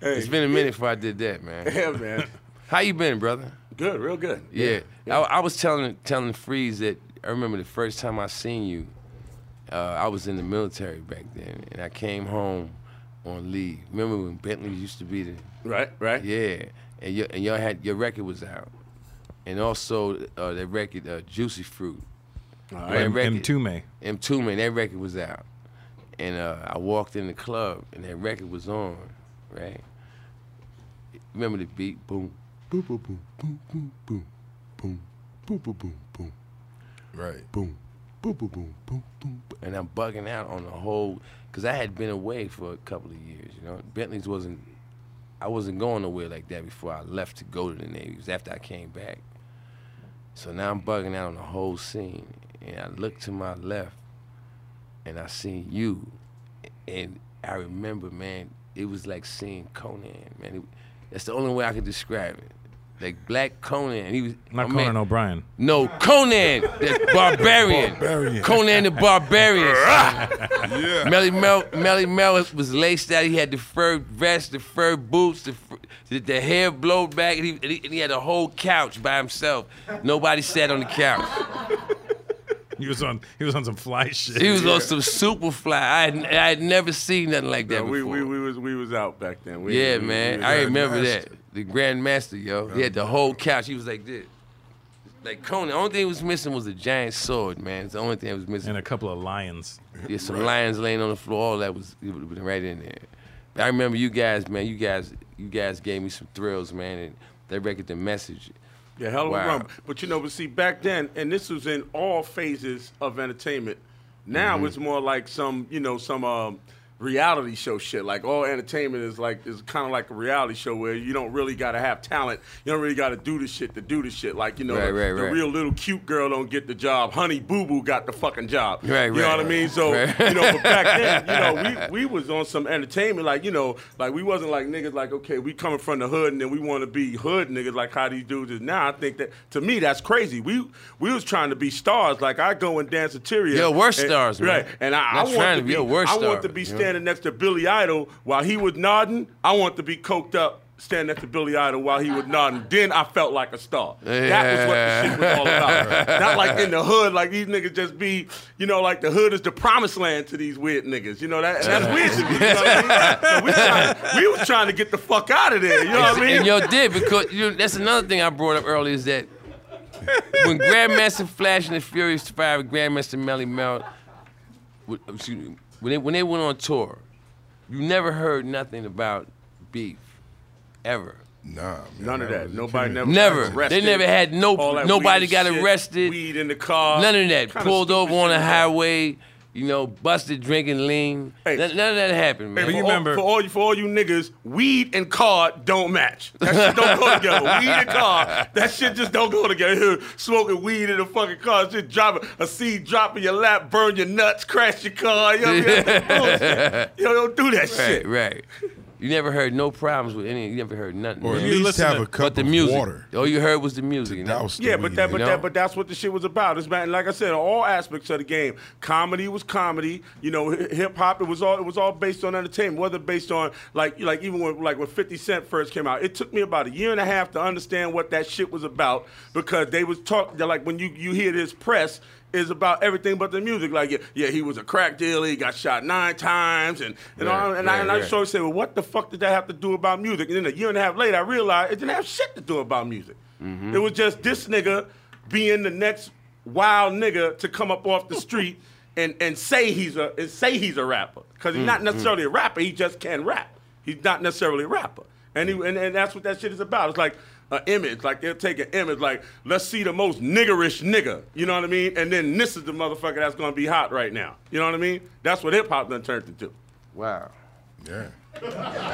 S3: It's been a minute before I did that, man.
S8: <laughs> <laughs> yeah, man.
S3: How you been, brother?
S8: Good, real good.
S3: Yeah, I, I was telling telling Freeze that I remember the first time I seen you. Uh, I was in the military back then, and I came home on leave. Remember when Bentley used to be the
S8: Right, right.
S3: yeah, and your and y'all had your record was out, and also uh, that record uh, Juicy Fruit.
S8: All
S3: That
S8: right.
S3: record-
S5: M two May.
S3: M Two Man, that record was out, and uh, I walked in the club and that record was on, right? Remember the beat? Boom, boom, boom, boom, boom, boom, boom, boom, boom, boom, boom, boom,
S6: Right.
S3: boom, boom, boom, boom, boom, boom, boom. and I'm bugging out on the whole, cause I had been away for a couple of years. You know, Bentley's wasn't, I wasn't going nowhere like that before I left to go to the Navy. It was after I came back. So now I'm bugging out on the whole scene, and I look to my left, and I seen you, and I remember, man, it was like seeing Conan, man. It- that's the only way I could describe it. Like black Conan, and he was
S5: Not
S3: my
S5: Conan
S3: Oh, man-
S5: O'Brien.
S3: No, Conan, the barbarian.
S6: Barbarian.
S3: Conan the barbarian. son.
S6: Yeah.
S3: Melly Mel, Melly Mel was- was laced out. He had the fur vest, the fur boots, the fr- the, the hair blown back, and he, and he and he had a whole couch by himself. Nobody sat on the couch.
S5: He was on. He was on some fly shit.
S3: He was on some super fly. I had, I had never seen nothing like that
S8: Yeah, we,
S3: before.
S8: we, we was we was out back then. We,
S3: yeah,
S8: we- we
S3: man.
S8: was
S3: I
S8: out.
S3: remember
S6: Grandmaster.
S3: that. The Grandmaster, yo. He had the whole couch. He was like this. Like Conan. The only thing he was missing was a giant sword, man. It's the only thing that was missing.
S5: and a couple of lions.
S3: There's some lions laying on the floor. All that was it would've been right in there. I remember you guys, man. You guys, you guys gave me some thrills, man. And that record, the message.
S8: Yeah, hell of
S3: Wow.
S8: a rump. But you know, but see, back then, and this was in all phases of entertainment. Now
S3: Mm-hmm.
S8: it's more like some, you know, some um, reality show shit. Like all entertainment is like is kind of like a reality show where you don't really gotta have talent. You don't really gotta do the shit to do the shit. Like you know,
S3: Right,
S8: the,
S3: right,
S8: the
S3: right.
S8: real little cute girl don't get the job. Honey Boo Boo got the fucking job.
S3: Right,
S8: you
S3: right,
S8: know what
S3: right.
S8: I mean? So
S3: Right.
S8: you know, but back then, you know,
S3: <laughs>
S8: we, we was on some entertainment. Like you know, like we wasn't like niggas like okay, we coming from the hood and then we want to be hood niggas like how these dudes is now. I think that to me that's crazy. We we was trying to be stars. Like I go and dance Danceteria.
S3: Yo, we're
S8: and-
S3: stars, man.
S8: Right, and I, I
S3: Not trying
S8: want
S3: to
S8: to
S3: be,
S8: be.
S3: yo, we're
S8: I want to
S3: stars,
S8: be
S3: you know?
S8: standing next to Billy Idol while he was nodding. I want to be coked up. Standing next to Billy Idol while he was nodding, then I felt like a star. That was what the shit was all
S3: <laughs>
S8: about. Not like in the hood, like these niggas just be, you know, like the hood is the promised land to these weird niggas. You know that and that's weird. to me, You know what I mean? So we, trying, we was trying to get the fuck out of there. You know what I mean?
S3: And yo did because you know, that's another thing I brought up earlier is that when Grandmaster Flash and the Furious Five, Grandmaster Melly Mel, w- excuse me, when they when they went on tour, you never heard nothing about beef ever.
S6: Nah, man.
S8: None of that.
S6: was-
S8: Nobody never.
S3: Never.
S8: got
S3: They
S8: arrested.
S3: never had no.
S8: All that
S3: Nobody
S8: weed
S3: got
S8: shit,
S3: arrested.
S8: Weed in the car.
S3: None of that.
S8: Uh, Kinda
S3: Pulled
S8: stupid
S3: over on
S8: shit
S3: a
S8: like that.
S3: highway, you know, busted drinking lean.
S8: Hey.
S3: None, none of that happened, man.
S5: But you
S8: for,
S5: remember-
S8: all, for all you for all you niggas, weed and car don't match. That shit don't
S5: <laughs>
S8: go together. Weed and car, that shit just don't go together. <laughs> Smoking weed in a fucking car, shit dropping a seed drop in your lap, burn your nuts, crash your car. Yo, yo, yo don't do that
S3: right,
S8: shit.
S3: right. You never heard no problems with any. You never heard nothing.
S6: Or at
S3: man.
S5: You
S6: least
S5: listen
S6: have
S5: to-
S6: a cup
S3: but the
S6: of
S3: music.
S6: water.
S3: All you heard was the music. You know?
S6: Douse the
S8: Yeah, but
S6: weed.
S8: that, but
S3: You know?
S8: that, but that's what the shit was about. It's man, like I said, all aspects of the game. Comedy was comedy. You know, hip hop. It was all it was all based on entertainment. Whether based on like like even when like when Fifty Cent first came out, it took me about a year and a half to understand what that shit was about because they was talk they're like when you you hear this press. Is about everything but the music. Like, yeah, yeah, he was a crack dealer. He got shot nine times, and and, all,
S3: Right,
S8: and, I, and
S3: right,
S8: I just always say, well, what the fuck did that have to do about music? And then a year and a half later, I realized it didn't have shit to do about music. It was just this nigga being the next wild nigga to come up off the street and, and say he's a and say he's a rapper because he's not necessarily a rapper. He just can rap. He's not necessarily a rapper, and he, and, and that's what that shit is about. It's like an image, like they'll take an image, like let's see the most niggerish nigga, you know what I mean? And then this is the motherfucker that's gonna be hot right now, you know what I mean? That's what hip hop done turned into.
S3: Wow.
S6: Yeah.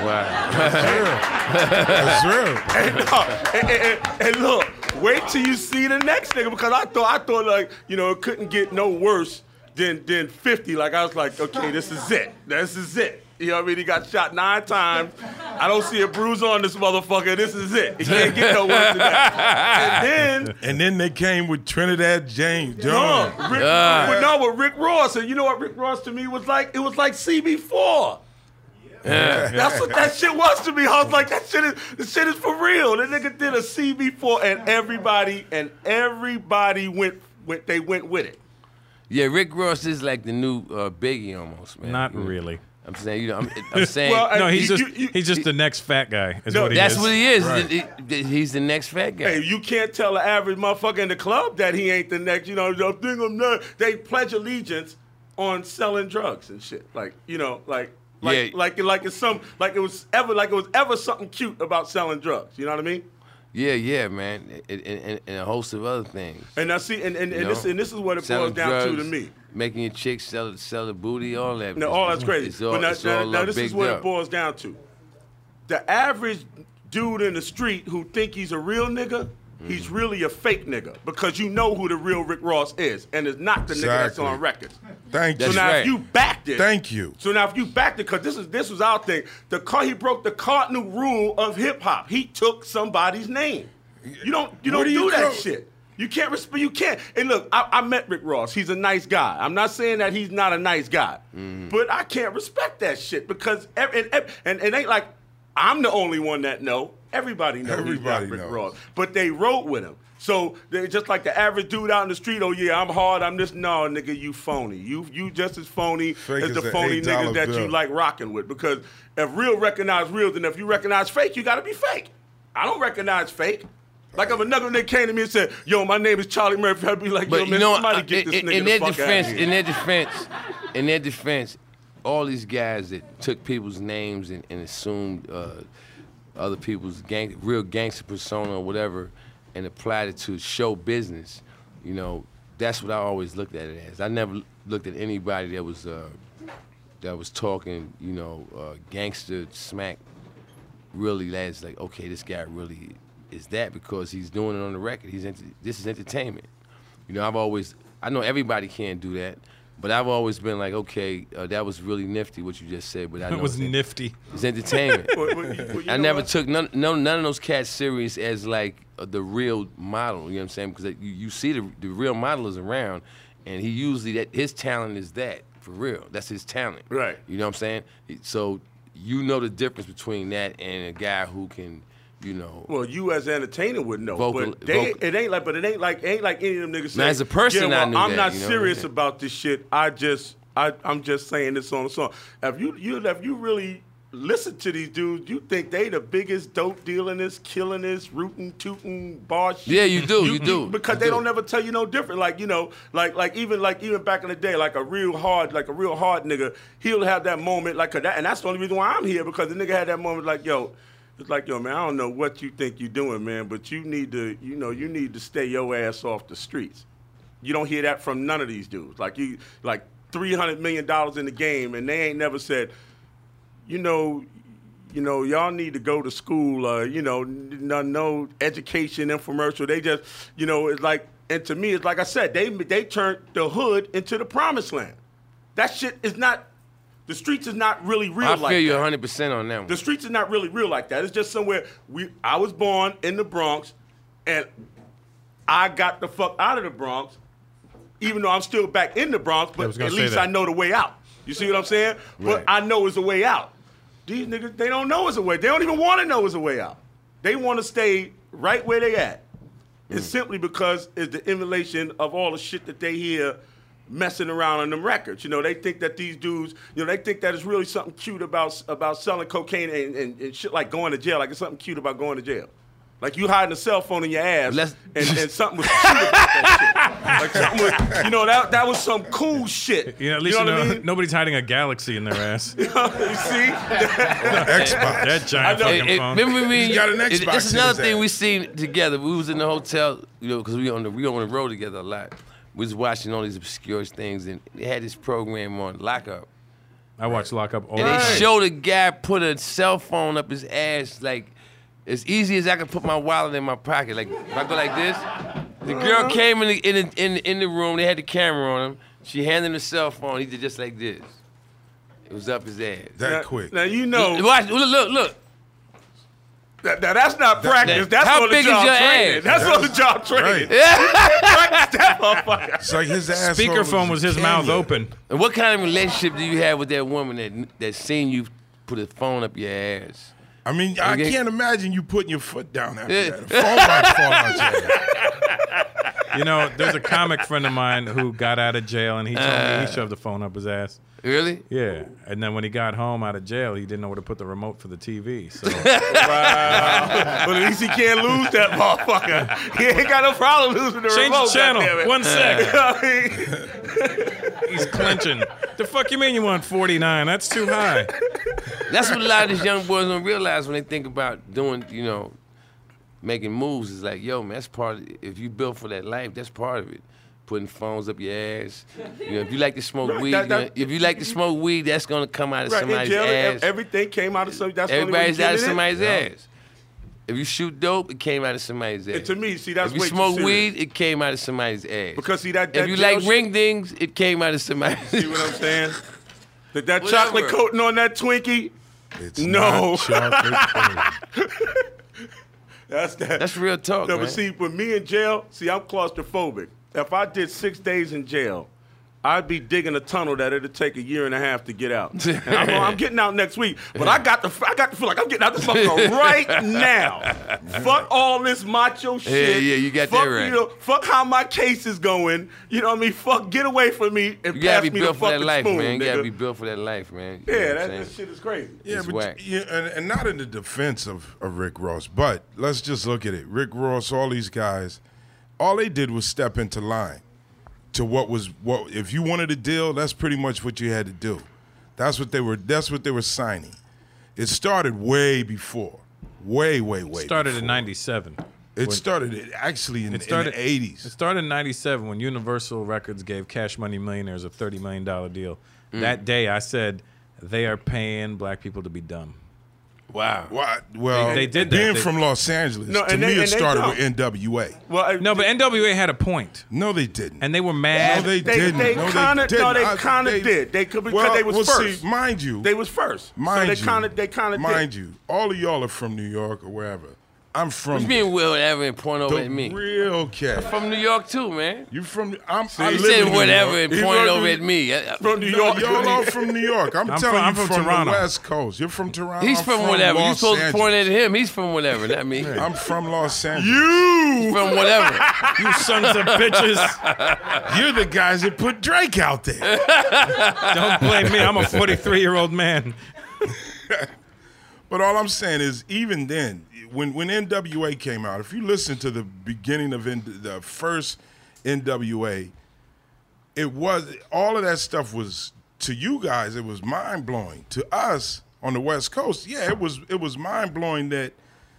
S3: Wow. <laughs>
S6: That's real.
S8: and, and- and- and look, wait till you see the next nigga because I thought I thought like you know it couldn't get no worse than than 50. Like I was like, okay, this is it. This is it. You know what I mean? He got shot nine times. I don't see a bruise on this motherfucker. This is it. It can't get no worse than that. And then
S6: And then they came with Trinidad James.
S8: no,
S6: John.
S8: Oh, Rick,
S3: Yeah.
S8: well, no, with Rick Ross, and you know what Rick Ross to me was like? It was like CB4. That's what that shit was to me. I was like, that shit is this shit is for real. That nigga did a CB4 and everybody and everybody went went they went with it.
S3: Yeah, Rick Ross is like the new uh, Biggie almost, man.
S5: Not
S3: You know,
S5: really.
S3: I'm saying, you know, I'm,
S8: <laughs>
S3: I'm saying
S8: Well, I-
S5: No,
S8: Hey,
S5: he's
S8: you-
S5: just
S8: you-
S5: he's just the next fat guy. Is
S8: No,
S5: what he
S3: that's
S5: is.
S3: what he is.
S6: Right.
S3: Th- th- He's the next fat guy.
S8: Hey, you can't tell the average motherfucker in the club that he ain't the next, you know, I think I'm not. They pledge allegiance on selling drugs and shit. Like, you know, like like
S3: Yeah.
S8: like like it's some like it was ever like it was ever something cute about selling drugs. You know what I mean?
S3: Yeah, yeah, man, and, and, and- and a host of other things.
S8: And I see and, and, and
S3: You
S8: this
S3: know,
S8: and this is what it
S3: Selling
S8: boils down to to
S3: drugs,
S8: me.
S3: making your chicks sell sell the booty, all that.
S8: No, all that's
S3: business.
S8: crazy.
S3: It's all,
S8: but now,
S3: it's
S8: now-
S3: all
S8: now
S3: up
S8: this is
S3: bigged
S8: what
S3: up.
S8: it boils down to. The average dude in the street who think he's a real nigga, he's
S3: Mm.
S8: really a fake nigga because you know who the real Rick Ross is, and it's not the nigga that's
S6: Exactly.
S8: on records.
S6: Thank
S8: So
S3: That's
S6: you.
S8: now
S3: right.
S8: if you backed it,
S6: Thank you.
S8: So now if you backed it, because this is this was our thing. The car he broke the cardinal rule of hip hop. He took somebody's name. You don't you don't
S6: What
S8: do,
S6: do you
S8: that
S6: call-
S8: shit. You can't respect. You can't. And look, I, I met Rick Ross. He's a nice guy. I'm not saying that he's not a nice guy,
S6: Mm.
S8: but I can't respect that shit because ev- and, ev- and, and it ain't like I'm the only one that know. Everybody knows.
S6: Everybody
S8: he's not Rick
S6: knows.
S8: Ross, but they rode with him. So they're just like the average dude out in the street. Oh yeah, I'm hard. I'm this. No, nigga, you phony. You you just as phony
S6: Fake
S8: as
S6: as
S8: the
S6: a
S8: phony
S6: $8
S8: niggas that you
S6: bill.
S8: like rocking with. Because if real recognize real, then if you recognize fake, you gotta be fake. I don't recognize fake. Like if another nigga came to me and said, "Yo, my name is Charlie Murphy," I'd be like, "Yo,
S3: But
S8: man,
S3: you know,
S8: somebody
S3: I-
S8: get this
S3: in,
S8: nigga
S3: in
S8: the
S3: their
S8: fuck
S3: defense,
S8: out of here."
S3: in their defense, in their defense, all these guys that took people's names and, and assumed uh, other people's gang, real gangster persona or whatever, and applied it to show business. You know, that's what I always looked at it as. I never looked at anybody that was uh, that was talking, you know, uh, gangster smack really that's like okay this guy really is that because he's doing it on the record he's ent- this is entertainment you know i've always i know everybody can't do that but i've always been like okay uh, that was really nifty what you just said but i know
S5: It was
S3: it's, en-
S5: nifty.
S3: it's entertainment
S8: Well, well, you- well, you
S3: I
S8: know
S3: never
S8: what?
S3: took none, no, none of those cats serious as like uh, the real model. You know what I'm saying? Because you, you see the the real model is around, and he usually that his talent is that for real. That's his talent.
S8: Right.
S3: You know what I'm saying? So you know the difference between that and a guy who can, you know.
S8: Well, you as an entertainer would know,
S3: Vocal-
S8: but they,
S3: vocal-
S8: it ain't like, but it ain't like, ain't like any of them niggas.
S3: Now,
S8: say,
S3: as a person,
S8: yeah, well,
S3: I knew
S8: am
S3: that,
S8: not
S3: you know what I
S8: serious
S3: mean?
S8: about this shit. I just, I, I'm just saying this on the song. If you, you, if you really listen to these dudes, you think they the biggest dope dealing this, killing this, rootin' tootin' bar shit.
S3: Yeah, you do, you do,
S8: because
S3: you
S8: they
S3: do.
S8: don't ever tell you no different. Like you know, like like even like even back in the day, like a real hard, like a real hard nigga, he'll have that moment like 'cause that, and that's the only reason why I'm here because the nigga had that moment like yo. It's like, yo, man, I don't know what you think you're doing, man, but you need to, you know, you need to stay your ass off the streets. You don't hear that from none of these dudes. Like you, like three hundred million dollars in the game, and they ain't never said, you know, you know, y'all need to go to school. Uh, you know, n- no, no education infomercial. They just, you know, it's like, and to me, it's like I said, they they turned the hood into the promised land. That shit is not. The streets is not really real.
S3: I feel
S8: like that.
S3: you 100 percent on that one.
S8: The streets is not really real like that. It's just somewhere we. I was born in the Bronx, and I got the fuck out of the Bronx, even though I'm still back in the Bronx.
S5: I
S8: But
S5: was gonna
S8: at
S5: say
S8: least
S5: that.
S8: I know the way out. You see what I'm saying? But
S3: Right.
S8: I know it's a way out. These niggas, they don't know it's a way. They don't even want to know it's a way out. They want to stay right where they at.
S3: Mm.
S8: It's simply because it's the emulation of all the shit that they hear messing around on them records. You know, they think that these dudes, you know, they think that it's really something cute about about selling cocaine and, and, and shit like going to jail. Like it's something cute about going to jail. Like you hiding a cell phone in your ass
S3: Let's- <laughs>
S8: and, and something was cute about that shit. Like something was, you know, that that was some cool shit.
S5: You know, at least you
S8: know
S5: know,
S8: what I mean?
S5: nobody's hiding a galaxy in their
S8: <laughs>
S5: ass.
S8: you see?
S6: Xbox.
S5: that giant
S8: I know.
S5: fucking
S3: Hey, hey,
S5: phone.
S3: remember me?
S6: He's got an
S3: it-
S6: Xbox
S3: This is
S6: in
S3: another
S6: his
S3: thing
S6: ass.
S3: we seen together. We was in the hotel, you know, because we on the we on the road together a lot. We was watching all these obscure things, and they had this program on Lockup,
S5: I watch Lock Up all the
S3: and
S5: time.
S3: they showed a guy put a cell phone up his ass, like as easy as I could put my wallet in my pocket. Like if I go like this, the
S6: Uh-huh.
S3: girl came in the, in the, in the, in the room. They had the camera on him. She handed him the cell phone. He did just like this. It was up his ass.
S6: That quick.
S8: Now you know
S3: Watch, look, look, look.
S8: that, that- that's not practice.
S3: that-
S8: That's
S3: how
S8: on the
S3: big is
S8: job
S3: your
S8: training.
S3: ass?
S8: That's on the job training. <laughs>
S6: Right.
S8: Practice that motherfucker.
S3: <laughs>
S6: It's like his ass.
S5: Speakerphone was his mouth open.
S3: And what kind of relationship do you have with that woman that that seen you put a phone up your ass.
S6: I mean, I
S3: Okay.
S6: can't imagine you putting your foot down after
S3: Yeah.
S6: that. Fall might fall out
S3: <laughs>
S6: your ass.
S5: You know, there's a comic friend of mine who got out of jail and he told
S8: Uh.
S5: me he shoved the phone up his ass.
S3: Really?
S5: Yeah, and then when he got home out of jail, he didn't know where to put the remote for the TV.
S8: <laughs>
S5: So
S8: Wow. but at least he can't lose that motherfucker. He ain't got no problem losing the
S5: change
S8: remote.
S5: the channel.
S8: goddammit. Uh.
S5: One sec.
S3: <laughs>
S8: I mean,
S5: He's clenching. The fuck you mean you want 49? That's too high.
S3: That's what a lot of
S8: <laughs>
S3: these young boys don't realize when they think about doing, you know, making moves. It's like, yo, man, that's part of If you built for that life, that's part of it. Putting phones up your ass. You know, if you like to smoke
S8: Right,
S3: weed,
S8: that-
S3: you know,
S8: that-
S3: if you like to smoke weed, that's gonna come out of
S8: right, in
S3: somebody's
S8: jail, ev-
S3: ass.
S8: everything came out of something. That's the only way
S3: Everybody's
S8: you get
S3: out of
S8: it in.
S3: somebody's ass. If you shoot dope, it came out of somebody's ass.
S8: And to me, see, that's
S3: if you
S8: way too
S3: smoke
S8: serious.
S3: weed, it came out of somebody's ass.
S8: Because see that, that
S3: if you
S8: jail
S3: like
S8: shit-
S3: ring dings, it came out of somebody's.
S8: See what I'm saying?
S3: <laughs>
S8: That that
S3: Whatever.
S8: chocolate coating on that Twinkie,
S6: It's
S8: No.
S6: not chocolate
S8: <laughs> that's that.
S3: That's real talk,
S8: no,
S3: man.
S8: but see, with me in jail, see, I'm claustrophobic. If I did six days in jail, I'd be digging a tunnel that it'll take a year and a half to get
S3: <laughs>
S8: out. And I'm, I'm getting out next week, but I got the f- I got to feel like I'm getting out
S3: <laughs>
S8: this motherfucker right now. Fuck all this macho shit.
S3: yeah, you got that
S8: fuck,
S3: right.
S8: You know, fuck how my case is going. You know what I mean? Fuck, get away from me and
S3: you
S8: pass
S3: gotta be
S8: me
S3: built
S8: the
S3: for
S8: fucking
S3: that life,
S8: spoon,
S3: man. You
S8: nigga.
S3: gotta be built for that life, man. You know
S8: yeah,
S3: what I'm
S8: that,
S3: saying?
S8: that shit is crazy.
S6: Yeah,
S3: It's
S6: but
S3: whack.
S6: you- yeah, and, and not in the defense of, of Rick Ross, but let's just look at it. Rick Ross, all these guys, all they did was step into line to what was what. If you wanted a deal, that's pretty much what you had to do. That's what they were. That's what they were signing. It started way before, way, way, way.
S5: Started in
S6: before.
S5: '97.
S6: It started it actually in,
S5: It started
S6: in the eighties.
S5: It started in '97 when Universal Records gave Cash Money Millionaires a 30 million dollar deal.
S3: Mm.
S5: That day, I said they are paying black people to be dumb.
S3: Wow.
S6: What? Well,
S5: They- they did that.
S6: being
S5: They-
S6: from Los Angeles,
S8: No,
S6: to
S8: and
S6: me,
S8: they-
S6: it
S8: and they
S6: started
S8: don't.
S6: with NWA.
S8: Well, I-
S5: No, but NWA had a point,
S6: No, they didn't.
S5: and they were
S6: No,
S5: mad.
S6: Oh, they,
S8: They-
S6: didn't.
S8: they
S6: no,
S8: kinda- no,
S6: didn't.
S8: they
S6: I-
S8: kinda did. They could- because
S6: well,
S8: they was
S6: well,
S8: first.
S6: See, mind you,
S8: They was first.
S6: mind
S8: so they kind of they kind of
S6: mind
S8: did.
S6: you, all of y'all are from New York or wherever. I'm from
S3: You mean whatever and point over
S6: the
S3: at me?
S6: real cat.
S3: From New York too, man.
S6: You from? I'm. I
S3: You
S6: live in
S3: said
S6: New
S3: whatever
S6: York.
S3: and
S8: He's
S3: point
S8: from
S3: over
S8: New-
S3: at me. I- I-
S8: From New
S6: No,
S8: York,
S6: y'all all from New York. I'm, telling
S5: I'm from-
S6: you,
S5: I'm from
S6: from the
S5: Toronto.
S6: West Coast. You're from Toronto.
S3: He's
S6: I'm
S3: from, whatever.
S6: Los
S3: You supposed to point
S6: Angeles.
S3: at him. He's from whatever, not me.
S6: I'm from Los Angeles.
S8: you.
S3: From whatever.
S5: you sons of bitches!
S6: You're the guys that put Drake out there.
S5: <laughs> Don't blame me. I'm a 43 year old man.
S6: But all I'm saying is, even then, when when NWA came out, if you listen to the beginning of N- the first NWA, it was all of that stuff was to you guys. It was mind blowing to us on the West Coast. Yeah, it was it was mind blowing that. that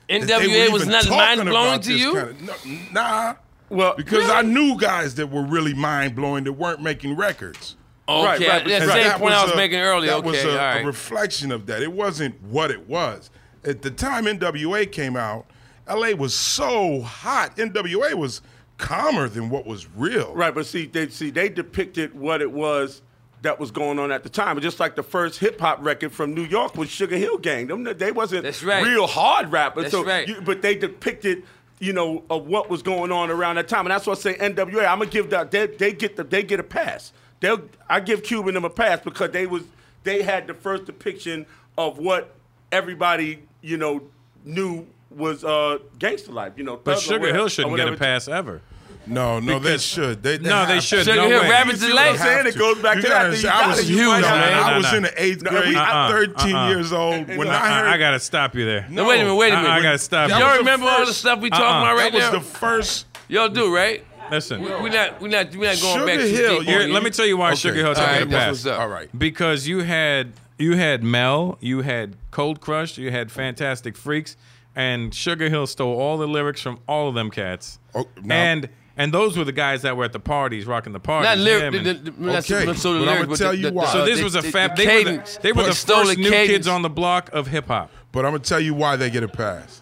S6: they
S3: NWA
S6: were
S3: was
S6: even
S3: not
S6: talking
S3: mind blowing
S6: about
S3: to
S6: this
S3: you.
S6: kinda- no, nah,
S8: Well,
S6: because I knew guys that were really mind blowing that weren't making records.
S8: Right,
S3: okay, that's
S8: right,
S3: the
S8: because
S3: same
S6: That
S3: point I was
S6: a-
S3: making earlier.
S6: That
S3: okay,
S6: was a,
S3: all
S6: a
S3: right.
S6: reflection of that. It wasn't what it was. At the time NWA came out, LA was so hot. NWA was calmer than what was real.
S8: right, but see they see they depicted what it was that was going on at the time. Just like the first hip hop record from New York was Sugar Hill Gang. Them they wasn't
S3: That's right.
S8: real hard rappers.
S3: That's
S8: so
S3: right.
S8: you- but they depicted you know of what was going on around that time, and that's why I say NWA. I'm gonna give that they, they get the they get a pass. They'll I give Cuban them a pass because they was they had the first depiction of what everybody you know knew was uh gangster life. You know,
S5: But
S8: thug or
S5: Sugar
S8: whatever-
S5: Hill
S8: or
S5: shouldn't get a
S8: oh, whatever.
S5: pass ever.
S6: No, no, they
S5: Because-
S6: should. They,
S5: no,
S6: have
S5: they
S6: to.
S5: should.
S3: Sugar
S5: no
S3: Hill
S5: way.
S3: Rabbit's
S8: You see what I'm
S3: Delight.
S8: saying? It goes back
S6: You
S8: to
S6: gotta
S8: that. thing.
S6: understand, I
S8: You
S6: was
S8: gotta- you
S6: huge.
S8: might
S6: man.
S8: have-
S5: no,
S6: I
S5: no,
S6: was
S5: no.
S6: in the eighth
S8: No,
S6: grade.
S8: we-
S6: I'm
S8: uh-uh,
S6: 13
S5: uh-uh.
S6: years old. When I heard
S5: I, I gotta stop you there.
S3: No, wait a minute, wait a
S5: I-
S3: minute.
S5: I gotta stop you.
S6: That was
S3: Y'all
S6: the
S3: remember all the
S6: first-
S3: stuff we talking
S5: Uh-uh.
S3: about
S6: that
S3: right
S6: was
S3: now?
S6: the first
S3: Y'all do, right?
S5: Listen,
S3: We're not, we're not, we're not going
S6: Sugar
S3: back to
S6: Hill,
S3: deep
S6: you're-
S3: on
S5: Here, let me tell you why Sugar Hill's
S3: All
S5: not
S3: right,
S5: gonna
S3: that's
S5: pass.
S3: what's up.
S6: All right.
S5: because you had you had Mel, you had Cold Crush, you had Fantastic Freaks, and Sugar Hill stole all the lyrics from all of them cats.
S6: Oh, now-
S5: and and those were the guys that were at the parties, rocking the parties.
S3: Not
S5: him
S3: lyric.
S5: and-
S3: The, the, the, not
S6: Okay,
S3: so- so the
S6: but I'ma
S3: lyric, but
S6: tell
S3: the-
S6: you
S3: the-
S6: why.
S3: the-
S5: so this was a
S3: the-
S5: fab.
S3: the
S5: They were
S3: cadence.
S5: the, they were
S3: They
S5: the
S3: stole
S5: first new
S3: cadence.
S5: kids on the block of hip hop.
S6: But I'm gonna tell you why they get a pass,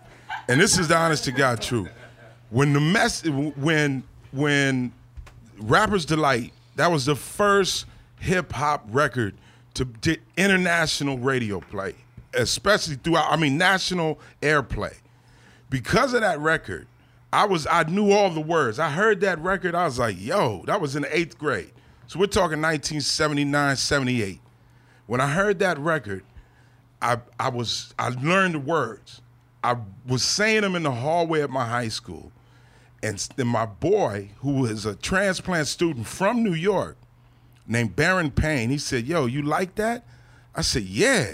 S6: and this is the honest to God truth. When the mess, when when rappers delight, that was the first hip hop record to get international radio play, especially throughout. I mean, national airplay. Because of that record, I was I knew all the words. I heard that record. I was like, yo, that was in the eighth grade. So we're talking 1979, 78. When I heard that record, I I was I learned the words. I was saying them in the hallway at my high school, and s- then my boy, who was a transplant student from New York, named Baron Payne, he said, "Yo, you like that?" I said, "Yeah."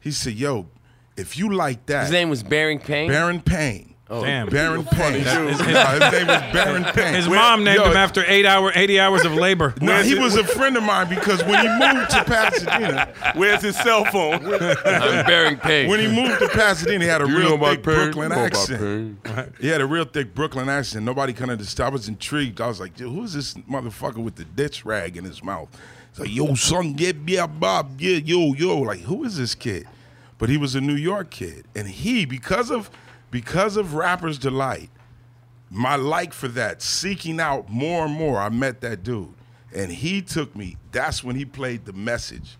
S6: He said, "Yo, if you like that,
S3: His name was Baron Payne. Oh.
S6: Baron Payne."
S5: Damn.
S6: Baron Payne.
S5: dude.
S6: No,
S8: <laughs>
S6: his name was Baron Payne.
S5: His mom named
S6: Yo,
S5: him after eight hour, eighty hours of
S6: <laughs>
S5: labor.
S6: No, he was a friend of mine because when he moved to Pasadena,
S8: Where's his cell
S6: <laughs>
S8: phone?
S3: I'm Baron Payne.
S6: when he moved to Pasadena, he had
S3: <laughs>
S6: a
S3: You know
S6: real
S3: about
S6: thick
S3: Payne?
S6: Brooklyn
S3: You know about
S6: accent. <laughs> He had a real thick Brooklyn accent. Nobody could understand. I was intrigued. I was like, "Yo, who's this motherfucker with the ditch rag in his mouth? He's like, yo, son, yeah, yeah, Bob, yeah, yo, yo. Like, who is this kid? But he was a New York kid. And he, because of because of Rapper's Delight, my like for that, seeking out more and more, I met that dude. And he took me. That's when he played the message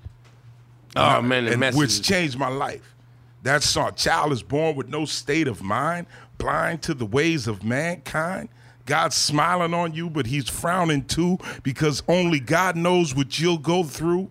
S3: oh man, the
S6: and
S3: message.
S6: which changed my life. That song, Child is Born with No State of Mind, Blind to the Ways of Mankind. God's smiling on you, but he's frowning too because only God knows what you'll go through.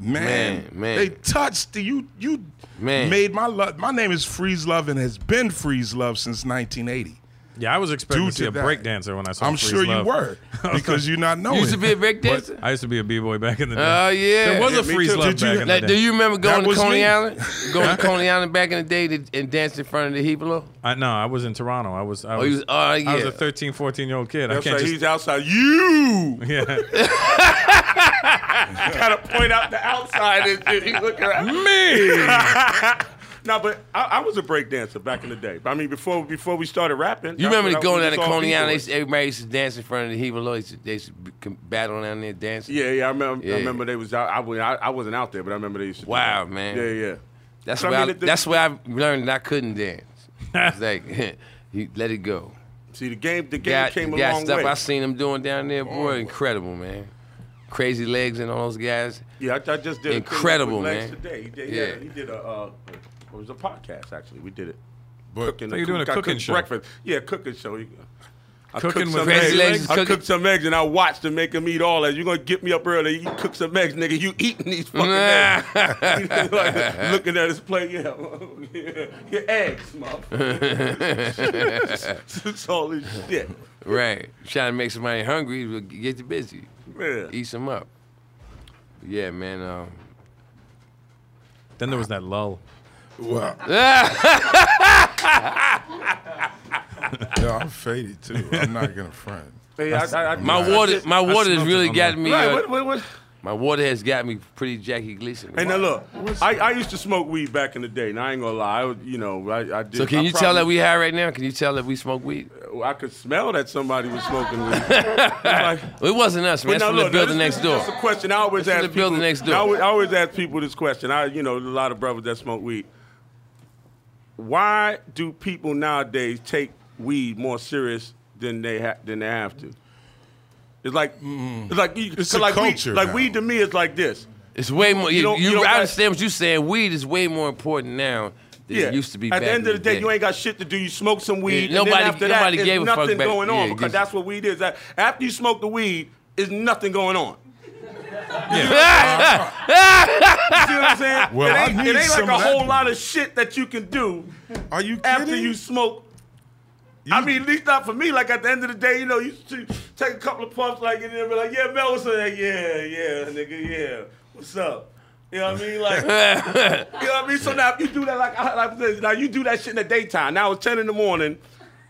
S6: Man,
S3: Man, man.
S6: they touched the- you. You
S3: Man.
S6: made my love. My name is Freeze Love and has been Freeze Love since 1980.
S5: Yeah, I was expecting
S6: Due
S5: to see
S6: to
S5: a
S6: that.
S5: breakdancer when I saw.
S6: I'm
S5: Freeze
S6: sure
S5: Love.
S6: you
S3: <laughs>
S6: were because you're not knowing.
S3: you used to be a break dancer.
S5: I used to be a b boy back in the day.
S3: Oh yeah.
S5: there was
S3: Yeah,
S5: a
S3: me
S5: freeze
S3: too.
S5: love
S6: Did you-
S5: back in the
S3: Now,
S5: day.
S3: do you remember going
S6: That
S3: to
S6: was
S3: Coney
S6: me.
S3: Island? Going to Coney Island back in the day to, and dance in front of the Hebrew?
S5: I, no, I was in Toronto. I was. I
S3: you
S5: was,
S3: was- oh,
S5: I was
S3: yeah.
S5: a 13, 14 year old kid. I
S8: That's
S5: can't
S8: right.
S5: just.
S8: He's outside.
S3: <laughs>
S8: You
S5: <laughs> Yeah.
S8: gotta point out the outside and shit. He looking at No, but I, I was a break dancer back in the day. I mean, before before we started rapping,
S3: You
S8: that's
S3: remember
S8: when
S3: the
S8: I-
S3: going
S8: we
S3: down to
S8: was all
S3: Coney Island? They
S8: B-boys.
S3: used to- everybody used to dance in front of the Hebrew. They used to, they used to be- com- battle down there dancing.
S8: Yeah, yeah. I remember.
S3: Yeah.
S8: I remember they was out. I, wa- I, I wasn't out there, but I remember they used to. do
S3: Wow,
S8: that.
S3: man.
S8: Yeah, yeah.
S3: That's
S8: But I
S3: where I,
S8: mean, the-
S3: that's where I learned that I couldn't dance. It's
S8: <laughs>
S3: like, <laughs> you let it go.
S8: See, the game. The game
S3: Got,
S8: came a
S3: got
S8: long
S3: stuff
S8: way.
S3: I seen them doing down there, boy, incredible, man. Crazy legs and all those guys.
S8: Yeah, I, I just did a thing with
S3: Incredible, man.
S8: Lex Today, he did, he
S3: Yeah.
S8: had a- he did a. Uh, a- it was a podcast actually. We did it.
S6: But
S8: Cooking,
S5: So you're doing a
S8: I cooked
S5: cooking show.
S8: Breakfast. Yeah, cooking show. I
S5: Cooking
S8: cooked
S5: with
S8: some
S5: Crazy
S8: eggs.
S3: Legs is
S8: I
S3: cooking.
S8: cooked some eggs and I watched them make them eat all that. You're gonna get me up early. You cook some eggs, nigga. You eating these fucking eggs? <laughs>
S3: <laughs>
S8: Like, looking at his plate, yeah, <laughs> your eggs, motherfucker. <laughs> it's all this shit,
S3: Right. Trying to make somebody hungry, but get you busy.
S8: man.
S3: Eat some up. Yeah, man. Um, <laughs>
S5: then there was that lull.
S6: well, yo, I'm faded too. I'm not gonna front.
S8: Hey, I, I, I,
S3: my water, my water has
S5: smelt it
S3: really
S5: on
S3: got
S5: that.
S3: me.
S8: Right,
S3: uh,
S8: what, what, what?
S3: My water has got me pretty Jackie Gleason.
S8: Hey, now look, I, I used to smoke weed back in the day. Now I ain't gonna lie, I, was- you know, I, I did.
S3: so can
S8: I
S3: you tell that
S8: probably-
S3: we high right now? Can you tell that we smoke weed?
S8: I could smell that somebody was
S3: <laughs>
S8: smoking weed. It's like-
S3: It wasn't us, man.
S8: But
S3: That's
S8: now
S3: from the
S8: look,
S3: building
S8: now this-
S3: next
S8: this
S3: door.
S8: is just a question I always
S3: That's from
S8: ask
S3: the
S8: people.
S3: building next door.
S8: I always, I always ask people this question. I, you know, a lot of brothers that smoke weed. Why do people nowadays take weed more serious than they ha- than they have to? It's like it's like you-
S6: Mm-hmm. It's a
S8: 'cause like weed-
S6: culture
S8: like
S6: now.
S8: weed to me is like this.
S3: It's way more. You,
S8: don't-
S3: you,
S8: you don't
S3: I
S8: got-
S3: understand what you're saying. Weed is way more important now than
S8: Yeah,
S3: it used to be.
S8: At
S3: back
S8: the end of the
S3: in
S8: day,
S3: <laughs>
S8: you ain't got shit to do. You smoke some weed. and
S3: nobody-
S8: then after
S3: nobody
S8: that,
S3: gave a
S8: it's
S3: fuck
S8: nothing
S3: back-
S8: going on
S3: yeah,
S8: because
S3: this-
S8: that's what weed is. After you smoke the weed, is nothing
S3: <laughs>
S8: going
S3: Oh,
S8: on. See what I'm saying?
S6: Well,
S8: it
S6: I
S8: ain't,
S6: need
S8: it ain't like
S6: some
S8: a
S6: of that.
S8: whole lot of shit that you can do
S6: Are you kidding?
S8: after you smoke. I mean, at least not for me. Like at the end of the day, you know, you t- take a couple of puffs, like and then be like, "Yeah, Mel, what's up? Like, yeah, yeah, nigga, yeah, what's up?" You know what I
S3: <laughs>
S8: mean? Like, you know what I mean? So now if you do that, like, I, like I said, now you do that shit in the daytime. Now it's ten in the morning.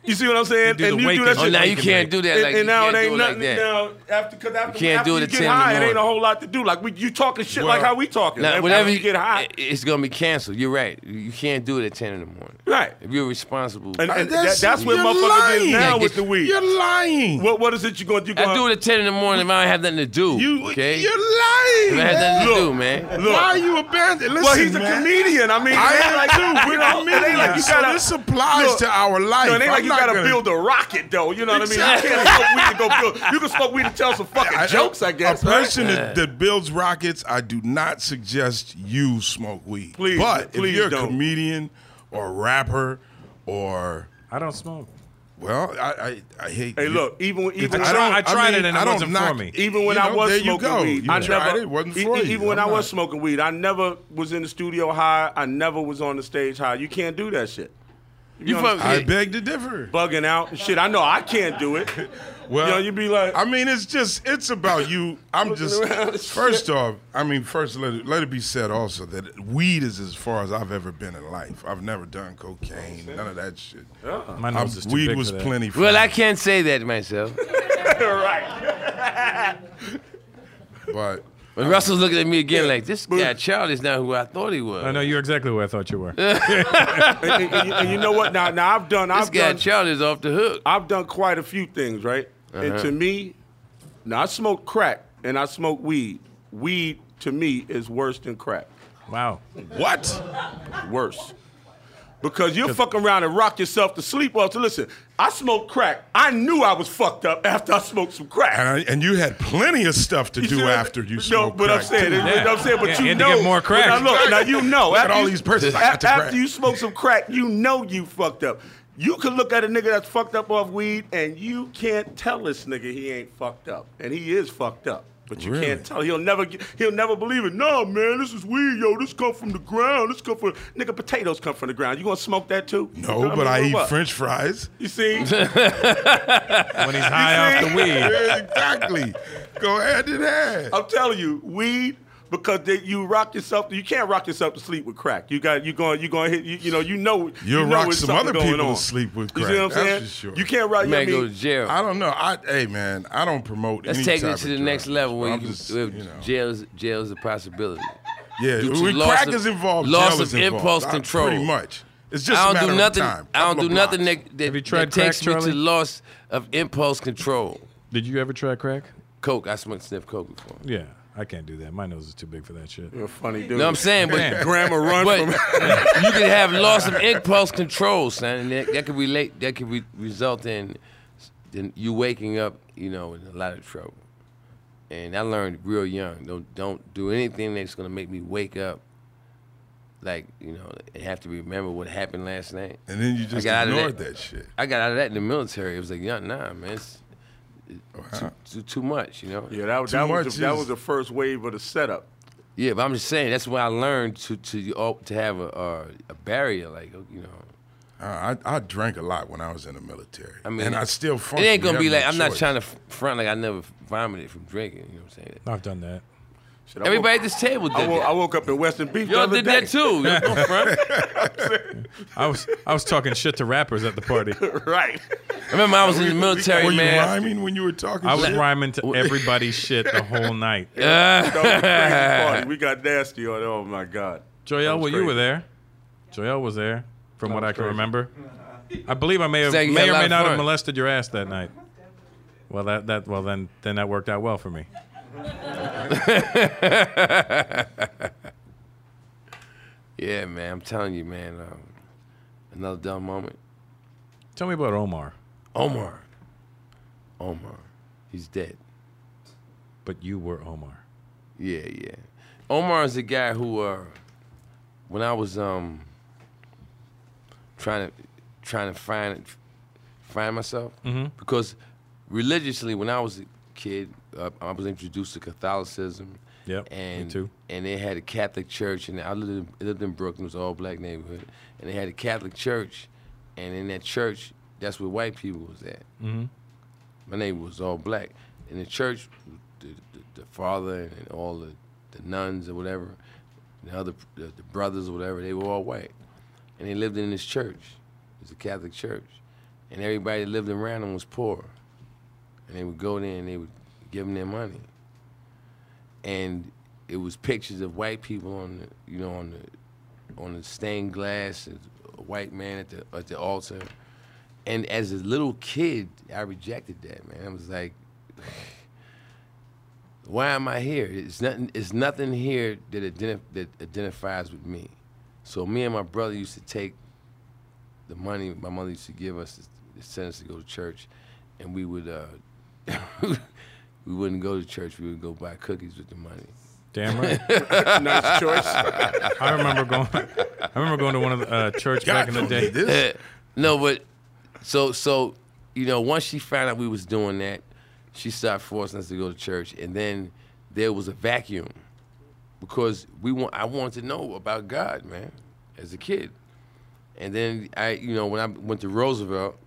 S8: You see what I'm saying?
S5: do the
S8: you
S5: waking-
S3: Oh,
S5: shit
S3: now you
S5: waking
S3: can't
S5: up.
S3: do that.
S8: and,
S3: like,
S8: and
S3: you
S8: now
S3: can't
S8: it ain't
S3: do
S8: nothing
S3: like that.
S8: now after because after
S3: You can't
S8: after
S3: do it
S8: you
S3: at
S8: get
S3: 10 in the
S8: high, it ain't a
S3: morning.
S8: whole lot to do. Like we, you talking shit
S6: Well,
S8: like how we talking.
S3: Now,
S8: Every
S3: whenever
S8: time
S3: you,
S8: you get high,
S3: it- it's gonna be canceled. You're right. You can't do it at ten in the morning.
S8: Right.
S3: If you're responsible.
S8: And- and-
S6: That's-
S8: that- that's what
S6: you're
S8: motherfuckers is
S6: lying.
S8: now
S3: Like,
S8: with the weed.
S6: You're lying.
S8: What what is it you gonna do?
S3: I
S8: gonna-
S3: do it at ten in the morning if I don't have nothing to do.
S6: you,
S3: okay.
S6: You're
S3: If I
S6: lying.
S3: had nothing to
S8: Look.
S3: do, man.
S8: Look.
S6: Why are you abandoned? Listen,
S8: Well, he's a
S6: man.
S8: comedian. I mean,
S6: I
S8: it ain't
S6: am
S8: like
S6: too.
S8: you
S6: We're
S8: know, it ain't
S6: comedians.
S8: like you
S6: So
S8: gotta.
S6: this applies
S8: Look,
S6: to our life.
S8: No, it ain't like
S6: I'm
S8: you
S6: not
S8: gotta
S6: gonna-
S8: build a rocket, though. You know what I mean? You
S6: Exactly.
S8: can't smoke weed to go build. You can smoke weed to tell some fucking jokes, I guess.
S6: A
S8: right?
S6: person that, that builds rockets, I do not suggest you smoke weed.
S8: Please,
S6: but
S8: please
S6: if you're
S8: don't.
S6: a comedian or rapper or
S5: I don't smoke.
S6: Well, I I, I hate.
S8: Hey,
S6: you-
S8: look, even when, even
S5: I
S8: when
S5: tried- I tried it and it
S6: don't
S5: wasn't for
S6: knock-
S5: me.
S8: Even when
S6: you
S8: I
S6: know,
S8: was
S6: there
S8: smoking
S6: you go.
S8: weed,
S6: You
S8: I
S6: tried
S8: never.
S6: it, wasn't
S8: e-
S6: for
S8: e-
S6: you.
S8: Even when
S6: I'm
S8: I
S6: not-
S8: was smoking weed, I never was in the studio high. I never was on the stage high. You can't do that shit.
S3: You
S8: know what I'm
S3: fuck-
S6: I beg to differ.
S8: Bugging out and shit. I know I can't do it.
S6: Well,
S8: you know, you be like, <laughs>
S6: I mean, it's just it's about you. I'm
S8: Looking
S6: just
S8: around and
S6: first off. I mean, first let it, let it be said also that weed is as far as I've ever been in life. I've never done cocaine, none of that shit.
S3: Uh,
S5: My
S6: I'm-
S5: nose is too
S6: weed
S5: big
S6: was
S5: for that.
S6: plenty.
S3: <laughs>
S6: For
S3: Well,
S6: me,
S3: I can't say that myself.
S6: <laughs> But
S3: But Russell's looking at me again like, this guy Charlie's not who I thought he was.
S5: I know you're exactly where I thought you
S3: <laughs>
S5: were.
S8: and, and- and you, and you know what? Now, now I've done.
S3: This
S8: I've
S3: guy
S8: done.
S3: Charlie's off the hook.
S8: I've done quite a few things, right? And to me, now I smoke crack and I smoke weed. Weed to me is worse than crack.
S5: Wow.
S6: what?
S8: Worse. Because you'll fuck around and rock yourself to sleep off. To listen, I smoked crack. I knew I was fucked up after I smoked some crack.
S6: And, I, and you had plenty of stuff to
S8: You see
S6: do
S8: what I-
S6: after you
S8: No,
S6: smoked
S8: but I'm
S6: crack,
S8: saying,
S6: too.
S8: you know what I'm saying, but
S5: Yeah,
S8: you
S5: you had to
S8: know,
S5: get more crack.
S8: Now, look, now you know.
S6: Look at
S8: after
S6: all
S8: you-
S6: these persons, I got
S8: a-
S6: the
S8: after
S6: crack.
S8: you smoke some crack, you know you fucked up. You can look at a nigga that's fucked up off weed, and you can't tell this nigga he ain't fucked up, and he is fucked up. But you
S6: Really?
S8: can't tell. He'll never. get- He'll never believe it. No, man, this is weed, yo. This come from the ground. This come from nigga. Potatoes come from the ground. You gonna smoke that too?
S6: No,
S8: mean,
S6: but I
S8: what
S6: eat
S8: about-
S6: French fries.
S8: You
S5: <laughs>
S8: see,
S5: When he's high off the
S6: <laughs>
S5: weed.
S6: Yeah, exactly. Go hand in hand.
S8: I'm telling you, weed because they, you rock yourself. You can't rock yourself to sleep with crack. You got you going you going to hit you, you know you know
S6: You'll
S8: you know
S6: rock
S8: it's
S6: some
S8: something
S6: other
S8: going
S6: people to
S8: on.
S6: sleep with
S8: You see
S6: crack,
S8: what I'm
S6: that's
S8: saying?
S6: for sure.
S8: You can't rock.
S3: You
S8: You know
S3: might
S8: what I
S3: go to
S8: mean?
S3: jail.
S6: I don't know. I hey man, I don't promote.
S3: Let's
S6: any
S3: take
S6: type
S3: it to
S6: of
S3: the next
S6: drugs,
S3: level
S6: but
S3: where
S6: I'm
S3: you,
S6: just,
S3: where
S6: you know.
S3: jail is jail is a possibility.
S6: Yeah,
S3: Due to
S6: when
S3: loss
S6: crack
S3: of-
S6: is involved,
S3: loss
S6: jail
S3: of
S6: is involved.
S3: impulse
S6: I-
S3: control.
S6: Pretty much. It's just
S3: I don't
S6: a matter
S3: do nothing.
S6: of time.
S3: I don't
S6: Couple
S3: do
S6: of
S3: nothing
S6: blocks.
S3: that, that,
S5: Have you
S3: that
S5: tried
S3: takes
S5: crack,
S3: me to
S5: Charlie?
S3: loss of impulse control.
S5: Did you ever try crack?
S3: Coke. I smoked sniff coke before.
S5: Yeah, I can't do that. My nose is too big for that shit.
S8: You're a funny dude.
S3: You know what I'm saying? But
S8: Grandma
S3: <laughs>
S8: run
S3: but
S8: from.
S3: you could have loss of impulse control, son, and that, that could relate. That could re- result in, in you waking up, you know, in a lot of trouble. And I learned real young: don't don't do anything that's gonna make me wake up, like you know, and have to remember what happened last night.
S6: And then you just
S3: got out of
S6: ignored
S3: that.
S6: that. shit.
S3: I got out of that in the military. It was like, yeah, nah, man, it's too, too, too much, you know.
S8: Yeah, that, was
S6: Too
S8: that
S6: much
S8: was the, that
S6: is-
S8: was the first wave of the setup.
S3: Yeah, but I'm just saying that's why I learned to to oh, to have a uh, a barrier, like you know.
S6: Uh, I, I drank a lot when I was in the military.
S3: I mean,
S6: and I still function.
S3: It ain't gonna be like I'm not trying to front like I never vomited from drinking. You know what I'm saying?
S5: I've done that.
S8: Shit, I
S3: Everybody
S8: woke-
S3: at this table did
S8: I woke, I
S3: that.
S8: woke up in Western Beach. the
S3: Y'all
S8: other
S3: did
S8: day.
S3: that too. Y'all don't front.
S5: I was I was talking shit to rappers at
S3: <laughs>
S5: the party.
S8: <laughs> right.
S3: I remember I was in the military,
S6: Were you
S3: man.
S6: rhyming when you were talking?
S5: I was
S6: shit?
S5: rhyming to everybody's shit the whole
S3: <laughs>
S5: night.
S3: Uh,
S8: That was a crazy party. We got nasty on. Oh
S6: <laughs>
S8: my god.
S5: Joel, well, you
S8: crazy.
S5: were there. Joel was there, from what I can remember. I believe I may have
S3: Sound like you had
S5: may
S3: a
S5: or
S3: lot
S5: may
S3: of
S5: not have
S3: fun.
S5: molested your ass that night. Well, that, that well then then that worked out well for me.
S3: Yeah, man. I'm telling you, man. Um, another dumb moment.
S5: Tell me about Omar.
S3: Omar. Omar. He's dead.
S5: But you were Omar.
S3: Yeah, yeah. Omar is a guy who, uh, when I was um, trying to trying to find find myself,
S5: Mm-hmm.
S3: because religiously, when I was a kid, uh, I was introduced to Catholicism.
S5: Yep, me
S3: and
S5: too.
S3: and they had a Catholic church, and I lived in, lived in Brooklyn, it was an all black neighborhood, and they had a Catholic church, and in that church, that's where white people was at. Mm-hmm. My neighbor was all black, and the church, the, the, the father and all the, the nuns or whatever, the other the, the brothers or whatever, they were all white, and they lived in this church. It was a Catholic church, and everybody that lived around them was poor, and they would go there and they would give them their money and it was pictures of white people on the, you know, on the, on the stained glass, and a white man at the at the altar, and as a little kid, I rejected that man. I was like, why am I here? It's nothing. It's nothing here that identif- that identifies with me. So me and my brother used to take the money my mother used to give us to send us to go to church, and we would. Uh, <laughs> We wouldn't go to church. We would go buy cookies with the money.
S5: Damn right.
S3: <laughs>
S8: Nice choice.
S5: I remember going. I remember going to one of the uh, church back in the
S6: don't
S5: day.
S6: need this.
S3: no, but so so you know, once she found out we was doing that, she started forcing us to go to church, and then there was a vacuum because we want. I wanted to know about God, man, as a kid. And then I, you know, when I went to Roosevelt,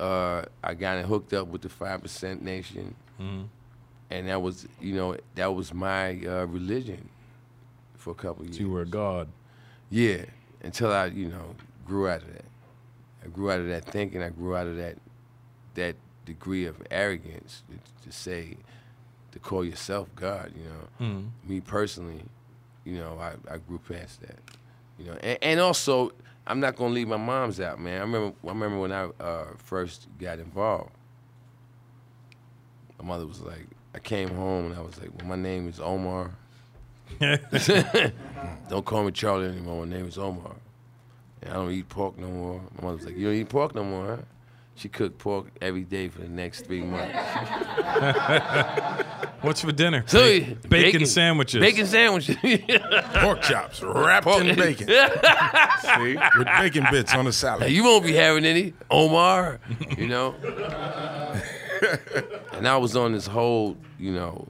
S3: uh, I got hooked up with the Five Percent Nation, and that was, you know, that was my uh, religion for a couple years.
S5: You were God. <laughs>
S3: Yeah, until I, you know, grew out of that. I grew out of that thinking. I grew out of that that degree of arrogance to, to say, to call yourself God. You know, me personally, you know, I, I grew past that. You know, and, and also I'm not gonna leave my mom's out, man. I remember I remember when I uh, first got involved. My mother was like, I came home and I was like, well, my name is Omar. don't call me Charlie anymore. My name is Omar. And I don't eat pork no more. My mother was like, You don't eat pork no more, huh? She cooked pork every day for the next three months.
S5: What's for dinner?
S3: So,
S5: Ba- bacon, sandwiches.
S3: Bacon sandwiches. <laughs>
S6: Pork chops wrapped in bacon. See? With bacon bits on a salad.
S3: you won't be having any, Omar, you know?
S5: <laughs>
S3: and I was on this whole, you know,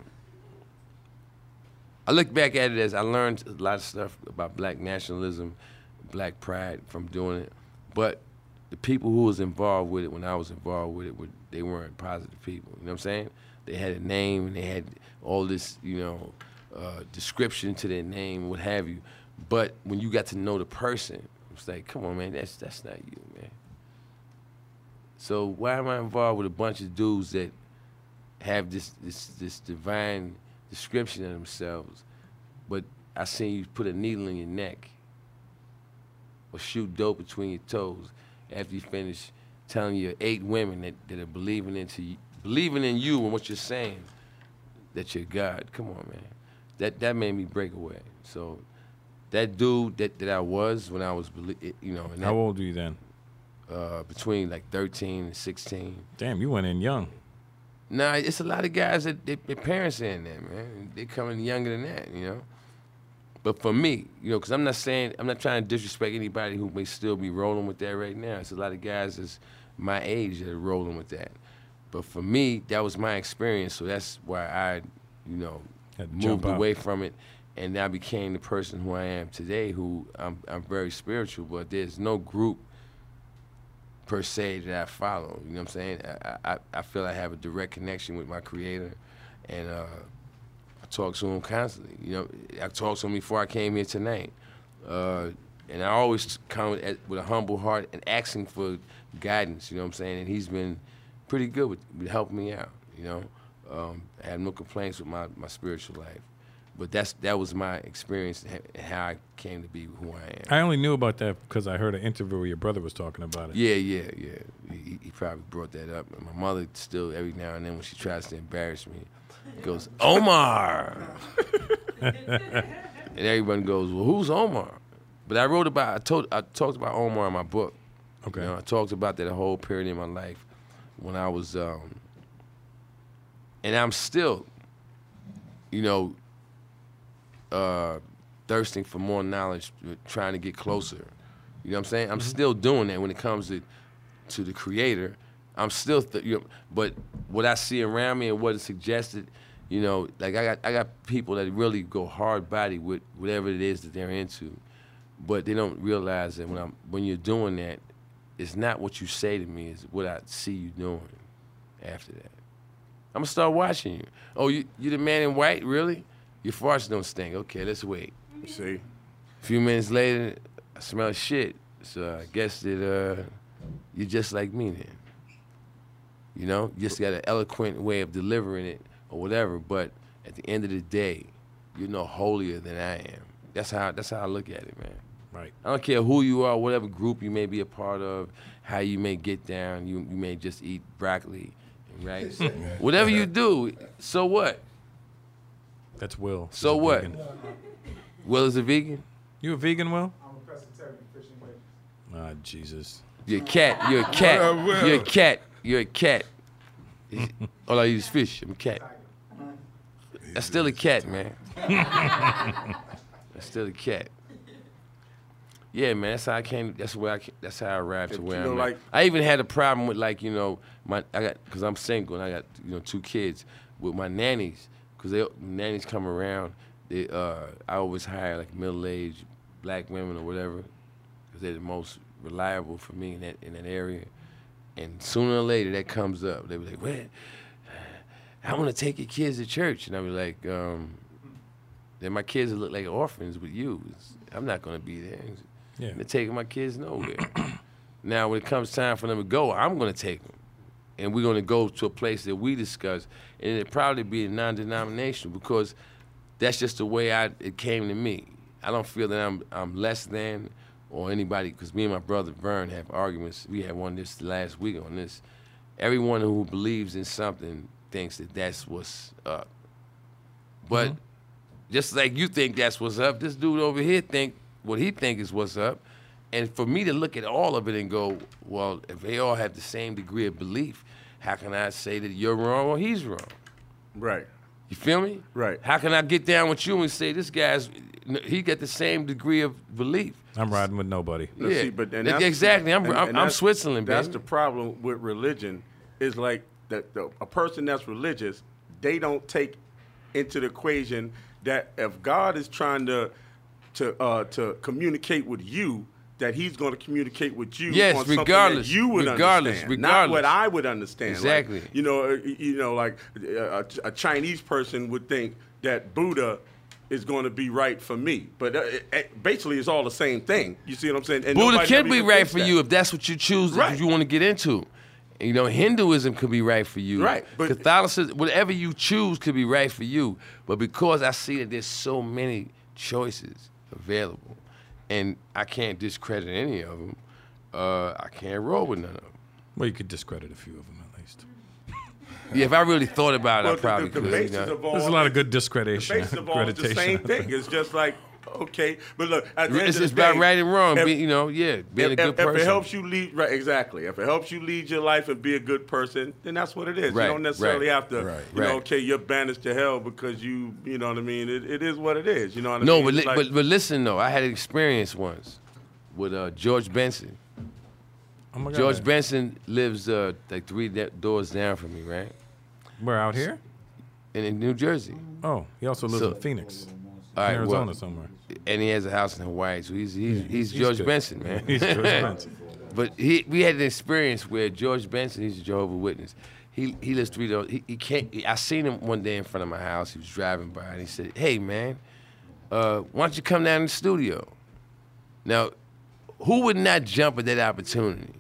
S3: I look back at it as I learned a lot of stuff about black nationalism, black pride from doing it. But the people who was involved with it when I was involved with it, were, they weren't positive people. You know what I'm saying? They had a name and they had all this, you know, uh, description to their name, what have you. But when you got to know the person, it's like, come on, man, that's that's not you, man. So why am I involved with a bunch of dudes that have this this this divine description of themselves, but I seen you put a needle in your neck or shoot dope between your toes after you finish telling your eight women that, that are believing into you, believing in you and what you're saying that you're God. Come on, man. That that made me break away. So that dude that, that I was when I was, belie- it- you know, and
S5: How
S3: that,
S5: old were you then?
S3: uh, between like 13 and 16.
S5: Damn, you went in young.
S3: Nah, it's a lot of guys that they, their parents are in there, man. They coming younger than that, you know. But for me, you know, because I'm not saying I'm not trying to disrespect anybody who may still be rolling with that right now. It's a lot of guys that's my age that are rolling with that. But for me, that was my experience, so that's why I, you know,
S5: Had to jump
S3: moved
S5: out.
S3: away from it, and I became the person who I am today. Who I'm, I'm very spiritual, but there's no group per se that I follow. You know what I'm saying? I, I, I feel I have a direct connection with my creator, and uh, I talk to him constantly. You know, I talked to him before I came here tonight, uh, and I always come at, with a humble heart and asking for guidance. You know what I'm saying? And he's been pretty good with, with helping me out. You know, um, I have no complaints with my, my spiritual life. But that's that was my experience and ha- how I came to be who I am.
S5: I only knew about that because I heard an interview where your brother was talking about it.
S3: Yeah, yeah, yeah. He- He, he probably brought that up. And my mother still, every now and then, when she tries to embarrass me, goes,
S5: <laughs>
S3: Omar. and everyone goes, Well, who's Omar? But I wrote about, I told, I talked about Omar in my book.
S5: Okay.
S3: You know, I talked about that whole period in my life when I was, um, and I'm still, you know, uh, thirsting for more knowledge, uh, trying to get closer. You know what I'm saying? I'm still doing that when it comes to to the creator. I'm still, th- you know, but what I see around me and what is suggested, you know, like I got I got people that really go hard body with whatever it is that they're into, but they don't realize that when I'm when you're doing that, it's not what you say to me, it's what I see you doing after that. I'm gonna start watching you. Oh, you you the man in white, really? Your farts don't stink. Okay, let's wait.
S8: See,
S3: A few minutes later, I smell shit. So I guess that uh, you're just like me then. You know, you just got an eloquent way of delivering it or whatever. But at the end of the day, you're no holier than I am. That's how that's how I look at it, man.
S5: Right.
S3: I don't care who you are, whatever group you may be a part of, how you may get down, you, you may just eat broccoli and rice. whatever you do, so what?
S5: That's Will.
S3: So
S5: He's a
S3: what?
S5: vegan.
S3: Will is a vegan?
S5: You a vegan, Will? Ah, Jesus.
S3: You're a cat. You're a cat.
S6: Well, well.
S3: You're a cat. You're a cat. All I use is fish. I'm a cat. I'm still a cat, man. I'm still a cat. yeah, man, that's how I came. That's where I. ca- That's how I arrived to
S8: You
S3: where
S8: know,
S3: I'm
S8: like-
S3: at. I even had a problem with like you know my I got because I'm single and I got you know two kids with my nannies because they nannies come around. They uh I always hire like middle aged black women or whatever because they're the most reliable for me in that in that area. And sooner or later that comes up. They be like, "What? I want to take your kids to church," and I be like, um, "Then my kids look like orphans with you. It's- I'm not gonna be there."
S5: Yeah.
S3: They're taking my kids nowhere. <clears throat> now, when it comes time for them to go, I'm going to take them. And we're going to go to a place that we discuss. And it'd probably be non denominational because that's just the way I it came to me. I don't feel that I'm, I'm less than or anybody, because me and my brother Vern have arguments. We had one this last week on this. Everyone who believes in something thinks that that's what's up. But just like you think that's what's up, this dude over here think what he think is what's up. And for me to look at all of it and go, well, if they all have the same degree of belief, how can I say that you're wrong or he's wrong?
S8: Right.
S3: You feel me?
S8: Right.
S3: How can I get down with you and say this guy's he got the same degree of belief?
S5: I'm riding with nobody.
S8: But
S3: Yeah.
S8: see, but and
S3: That-
S8: that's-
S3: exactly. I'm- I'm- I'm
S8: that's-
S3: Switzerland,
S8: That's
S3: baby.
S8: the problem with religion. Is like that the, a person that's religious, they don't take into the equation that if God is trying to to uh, to communicate with you, that He's going to communicate with you.
S3: Yes,
S8: on something that
S3: regardless,
S8: you would
S3: regardless,
S8: understand, not
S3: regardless.
S8: what I would understand. Like,
S3: Exactly.
S8: you know, uh, you know, like uh, a, a Chinese person would think that Buddha. Is going to be right for me, but uh, it, it- basically it's all the same thing. You see what I'm saying? And
S3: Buddha
S8: nobody
S3: can
S8: ever
S3: be
S8: even
S3: right
S8: thinks
S3: for
S8: that.
S3: you if that's what you choose, if
S8: Right.
S3: you want to get into. You know, Hinduism could be right for you.
S8: Right, but-
S3: Catholicism, whatever you choose could be right for you. But because I see that there's so many choices available, and I can't discredit any of them, uh, I can't roll with none of them.
S5: Well, you could discredit a few of them at least.
S3: Yeah, if I really thought about it,
S8: Well,
S3: I probably
S8: the, the, the
S3: could. you
S8: basis
S3: know.
S8: of all
S5: There's a lot of good
S8: the
S5: discreditation.
S8: basis of all is the same thing. It's just like okay, but look, at the end
S3: it's
S8: of the
S3: just about
S8: day,
S3: right and wrong.
S8: if-
S3: be, you know, yeah, being
S8: if,
S3: a good
S8: if- if
S3: person.
S8: it helps you lead, right, exactly. If it helps you lead your life and be a good person, then that's what it is.
S3: Right,
S8: you don't necessarily
S3: right,
S8: have to,
S6: right.
S8: you know,
S3: Right.
S8: okay, you're banished to hell because you, you know what I mean. It, it is what it is. You know what I
S3: No,
S8: mean.
S3: but, li-
S8: It's like-
S3: but but listen though, I had an experience once with uh, George Benson.
S5: Oh my God.
S3: George Benson lives uh, like three de- doors down from me, right?
S5: We're out here.
S3: In, in New Jersey.
S5: Oh, he also lives
S3: So-
S5: in Phoenix,
S3: All right, well,
S5: Arizona somewhere.
S3: and he has a house in Hawaii, so he's he's, he's,
S5: he's
S3: George
S5: good.
S3: Benson, man.
S5: <laughs>
S3: <laughs>
S5: He's George Benson.
S3: But he, we had an experience where George Benson, he's a Jehovah Witness. He he lives three doors. He, he can't. He, I seen him one day in front of my house. He was driving by, and he said, "Hey man, uh, why don't you come down to the studio?" Now, who would not jump at that opportunity?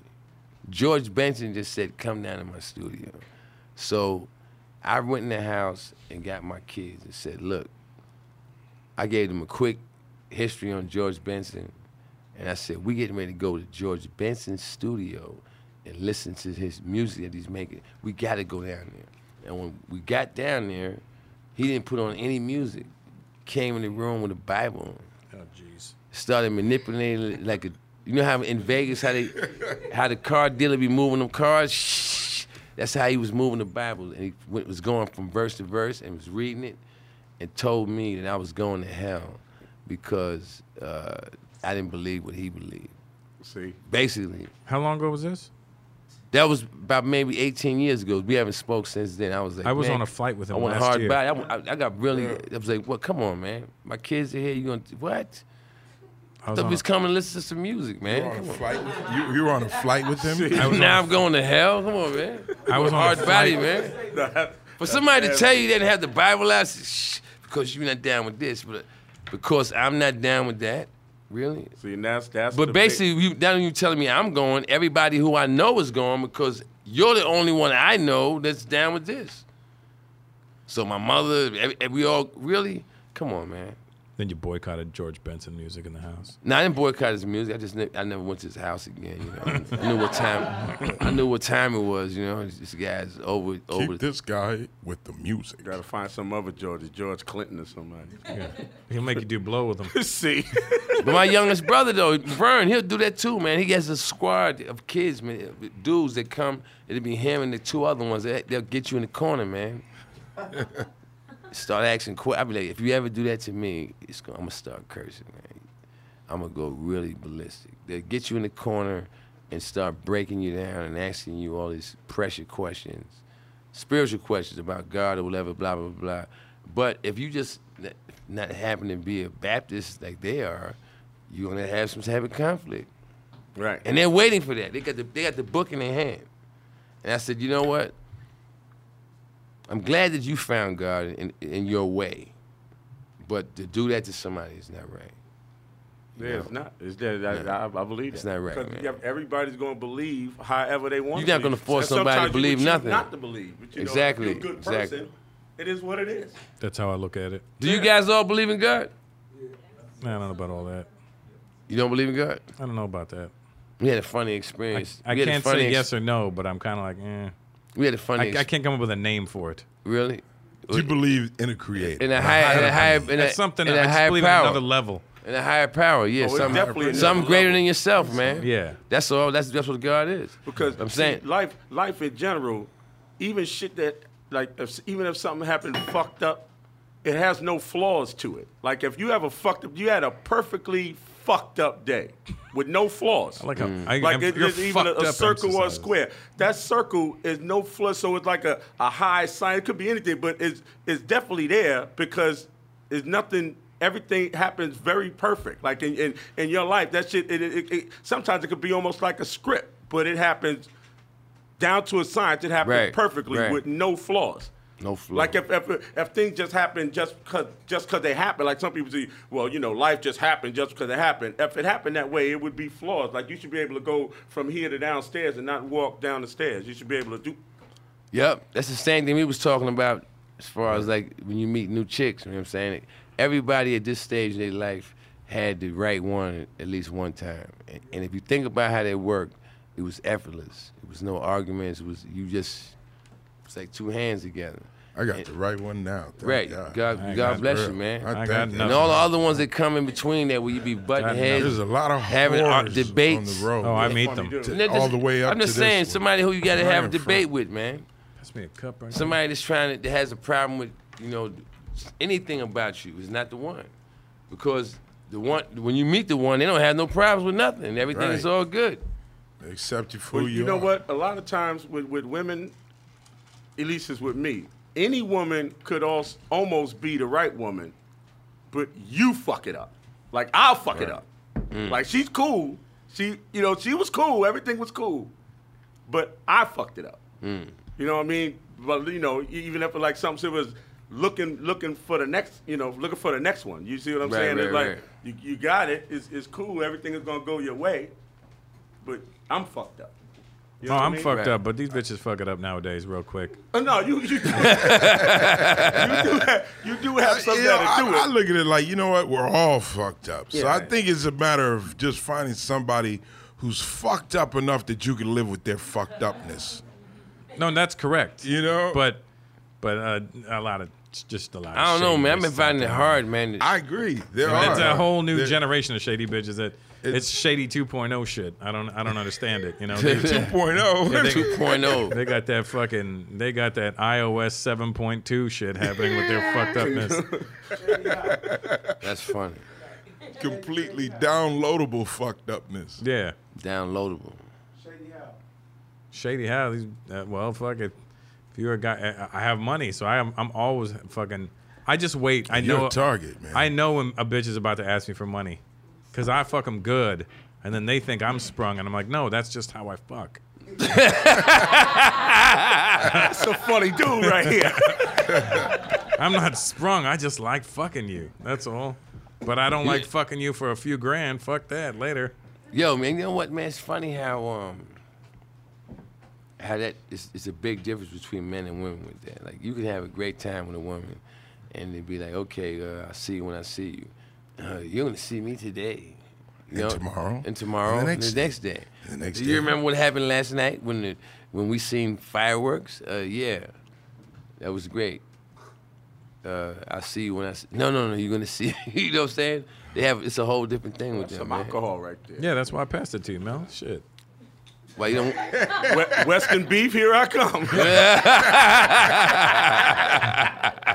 S3: George Benson just said, "Come down to my studio." So, I went in the house and got my kids and said, "Look, I gave them a quick history on George Benson, and I said, "We getting ready to go to George Benson's studio and listen to his music that he's making. We got to go down there." And when we got down there, he didn't put on any music. Came in the room with a Bible, on.
S5: Oh, jeez.
S3: started manipulating it like a. You know how in Vegas how they how the car dealer be moving them cars. Shh. That's how he was moving the Bible, and he went, was going from verse to verse and was reading it and told me that I was going to hell because uh, I didn't believe what he believed.
S8: see,
S3: Basically,
S5: How long ago was this?
S3: that was about maybe 18 years ago. We haven't spoke since then. I was like,
S5: I was
S3: man,
S5: on a flight with him
S3: I went
S5: last
S3: hard
S5: year.
S3: body. I, I- I got really. I was like, well, come on, man. My kids are here. You gonna what?
S5: I was
S3: Thought we
S5: on a-
S3: <laughs> was coming. to Listen to some music, man.
S6: You were on
S3: Come
S6: a
S3: on.
S6: flight with- You, you were on a flight with him.
S5: I was on
S3: now
S5: a-
S3: I'm going to hell. Come on, man.
S5: I was on a
S3: hard body,
S5: flight.
S3: man. For somebody to tell you they didn't have the Bible out, shh, because you're not down with this, but uh, because I'm not down with that, really.
S8: see, and that's that's. the
S3: But
S8: big-
S3: basically, you, now you telling me I'm going. Everybody who I know is going because you're the only one I know that's down with this. So my mother, every, every- we all really, come on, man.
S5: Then you boycotted George Benson music in the house.
S3: Now I didn't boycott his music. I just ne- I never went to his house again. You know, I knew what time I knew what time it was. You know, this guy's over over.
S6: Keep this guy with the music.
S8: gotta find some other George, George Clinton
S3: <laughs>
S8: or somebody.
S5: Yeah. He'll make you do blow with him.
S8: see,
S3: But my youngest brother though, Vern, he'll do that too, man. He has a squad of kids, man, dudes that come. It'll be him and the two other ones. They, they'll get you in the corner, man. Start asking questions. I'll be like, if you ever do that to me, it's gonna, I'm gonna start cursing, man. I'm gonna go really ballistic. They'll get you in the corner and start breaking you down and asking you all these pressure questions, spiritual questions about God or whatever, blah blah blah. But if you just n- not happen to be a Baptist like they are, you're gonna have some type of conflict.
S8: Right.
S3: And they're waiting for that. They got the they got the book in their hand. And I said, you know what? I'm glad that you found God in, in your way. But to do that to somebody is not right.
S8: Yeah, it's not. It's that I, I, I believe
S3: It's
S8: that.
S3: not right,
S8: 'Cause
S3: man.
S8: you have- everybody's going to believe however they want.
S3: You're not gonna
S8: believe.
S3: force
S8: And
S3: somebody to
S8: sometimes you
S3: believe
S8: choose
S3: nothing.
S8: Not to believe. But you know, if
S3: Exactly,
S8: you're a good
S3: exactly.
S8: person, it is what it is.
S5: That's how I look at it.
S3: Do you guys all believe in God?
S5: I don't know about all that.
S3: You don't believe in God?
S5: I don't know about that.
S3: We had a funny experience.
S5: I
S3: we had a
S5: can't
S3: funny
S5: say
S3: ex-
S5: yes or no, but I'm kind of like, eh.
S3: We had a funny.
S5: I, I
S3: ex-
S5: can't come up with a name for it.
S3: really.
S6: Do you believe in a creator?
S3: In a higher, in a higher, in a,
S5: That's something
S3: in
S5: that
S3: a
S5: I just
S3: higher
S5: believe
S3: power,
S5: on another level.
S3: in a higher power. Yeah,
S8: Oh, it's definitely
S3: something,
S8: another
S3: something greater
S8: level.
S3: than yourself, man.
S5: Yeah.
S3: that's all. That's that's what God is.
S8: Because
S3: I'm
S8: see,
S3: saying
S8: life, life in general, even shit that like if, even if something happened fucked up, it has no flaws to it. Like if you have a fucked up, you had a perfectly fucked up day with no flaws.
S5: Like,
S3: Mm.
S5: how I,
S8: like
S5: I'm-
S8: it,
S5: you're
S8: there's even a,
S5: fucked
S8: a
S5: up
S8: circle or a
S5: emphasized.
S8: square. That circle is no flaw, so it's like a, a high sign. It could be anything, but it's it's definitely there because it's nothing. Everything happens very perfect. Like in in, in your life, that shit. It, it, it, sometimes it could be almost like a script, but it happens down to a science. It happens
S3: Right,
S8: perfectly
S3: right.
S8: with no flaws.
S3: No flaw.
S8: Like if, if if things just happen just cause just cause they happen, like some people say, well, you know, life just happened just because it happened. If it happened that way, it would be flaws. Like you should be able to go from here to downstairs and not walk down the stairs. You should be able to do.
S3: Yep, that's the same thing we was talking about as far as like when you meet new chicks. You know what I'm saying? Everybody at this stage in their life had the right one at least one time, and, and if you think about how they worked, it was effortless. It was no arguments. It was you just it's like two hands together.
S6: I got the right one now. Thank
S3: Right.
S6: God.
S3: God, God,
S5: got
S3: bless
S6: Real.
S3: you, man.
S6: I,
S5: I
S6: thank
S5: got
S6: you.
S5: nothing.
S3: and all the other ones that come in between that, where you be butting
S5: God,
S3: heads.
S6: There's a lot of
S3: Having
S6: horrors
S3: our
S6: on
S3: debates.
S6: the road.
S5: Oh, I
S8: That's
S5: meet
S8: funny,
S5: them.
S8: dude.
S6: To-
S3: And that
S6: all the way up
S3: I'm just
S6: to this
S3: saying,
S6: one.
S3: somebody who you got to
S6: Right
S3: have a
S6: in front.
S3: debate with, man.
S5: Pass me a cup right now.
S3: somebody that's trying to that has a problem with you know anything about you is not the one because the one when you meet the one they don't have no problems with nothing everything is
S6: Right.
S3: all good
S6: Accept you for
S8: But
S6: who you,
S8: you know
S6: are.
S8: what? A lot of times with with women, at least is with me, any woman could also almost be the right woman, but you fuck it up. Like I'll fuck it up.
S3: Mm.
S8: Like she's cool. She, you know, she was cool. Everything was cool, but I fucked it up.
S3: Mm.
S8: You know what I mean? But you know, e- even if like something was looking looking for the next, you know, looking for the next one. You see what I'm
S3: Right,
S8: saying?
S3: right,
S8: it's like
S3: right.
S8: you, you got it. It's, it's cool. Everything is gonna go your way, but I'm fucked up. You know
S5: No,
S8: what I
S5: I'm
S8: mean?
S5: fucked
S3: Right.
S5: up, but these bitches fuck it up nowadays real quick.
S8: Uh, no, you you do, <laughs>
S3: <laughs>
S8: you do have, you do have
S6: Uh,
S8: something
S6: Yeah,
S8: to do
S6: I,
S8: it.
S6: I look at it like you know what we're all fucked up. so
S8: Yeah.
S6: I think it's a matter of just finding somebody who's fucked up enough that you can live with their fucked upness.
S5: No, that's correct.
S6: You know,
S5: But but uh, a lot of just a lot. Of
S3: i don't know
S5: shady
S3: man i've been
S5: bitches
S3: finding it
S5: out there.
S3: hard man
S6: I agree. There are
S5: That's a whole new
S6: there-
S5: generation of shady bitches that it's,
S6: It's-
S5: shady 2.0 shit. I don't I don't understand it. You know,
S3: <laughs>
S5: they,
S6: 2.0.
S5: Yeah, they-
S3: 2.0
S5: they got that fucking they got that iOS 7.2 shit happening with their fucked
S8: <laughs>
S5: upness.
S3: that's funny
S6: <laughs> completely downloadable fucked upness.
S5: Yeah,
S3: downloadable
S5: shady how these uh, well fuck it. If you're a guy, I I have money, so I am I'm always fucking. I just wait. I
S6: You're
S5: know
S6: a target, man.
S5: I know when a bitch is about to ask me for money, cause I fuck them good, and then they think I'm sprung, and I'm like, no, that's just how I fuck.
S8: That's a funny dude right here.
S5: <laughs> I'm not sprung. I just like fucking you. That's all. But I don't like fucking you for a few grand. Fuck that later.
S3: yo man you know what man it's funny how um how that is it's a big difference between men and women with that like you can have a great time with a woman and they'd be like okay uh, i'll see you when i see you uh, you're gonna see me today you
S6: And tomorrow.
S3: and tomorrow, and
S6: And the
S3: the next,
S6: next day.
S3: day.
S6: And the next
S3: Do
S6: day.
S3: you remember what happened last night when the when we seen fireworks? Uh, yeah, that was great. Uh, I see you when I see. No, no, no. You're gonna <laughs> see. you know what I'm saying? They have it's a whole different thing with them.
S8: Some
S3: Man.
S8: alcohol right there.
S5: Yeah, that's why I passed it to you, Mel. Shit.
S3: Why you don't?
S8: <laughs> We- Western beef, here I come.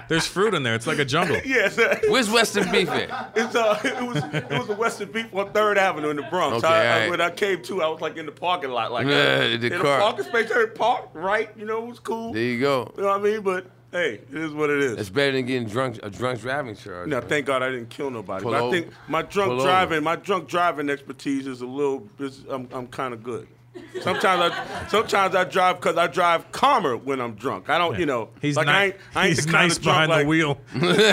S5: There's fruit in there. It's like a jungle.
S8: <laughs> Yeah,
S5: <laughs>
S8: it's a,
S3: Where's Western Beef at?
S8: it's a, it was it was a Western Beef on Third Avenue in the Bronx.
S3: Okay,
S8: I- I-
S3: alright.
S8: when I came to, I was like in the parking lot, like
S3: Yeah,
S8: uh,
S3: the
S8: in the
S3: car.
S8: parking space. I parked right, you know, it was cool.
S3: There
S8: You
S3: you go.
S8: know what I mean? But hey, it is what it is.
S3: It's better than getting drunk a drunk driving charge.
S8: Now,
S3: man.
S8: thank God I didn't kill nobody.
S3: Pull
S8: but
S3: over.
S8: I think my
S3: Pull
S8: drunk
S3: over.
S8: driving, my drunk driving expertise is a little. Is, I'm, I'm kind of good. Sometimes I, sometimes I drive because I drive calmer when I'm drunk. I don't, you know,
S5: He's
S8: like
S5: ni-
S8: I ain't, I ain't
S5: he's
S8: the kind
S5: nice
S8: of
S5: behind
S8: drunk, like,
S5: the
S8: <laughs>
S5: wheel.
S8: You know,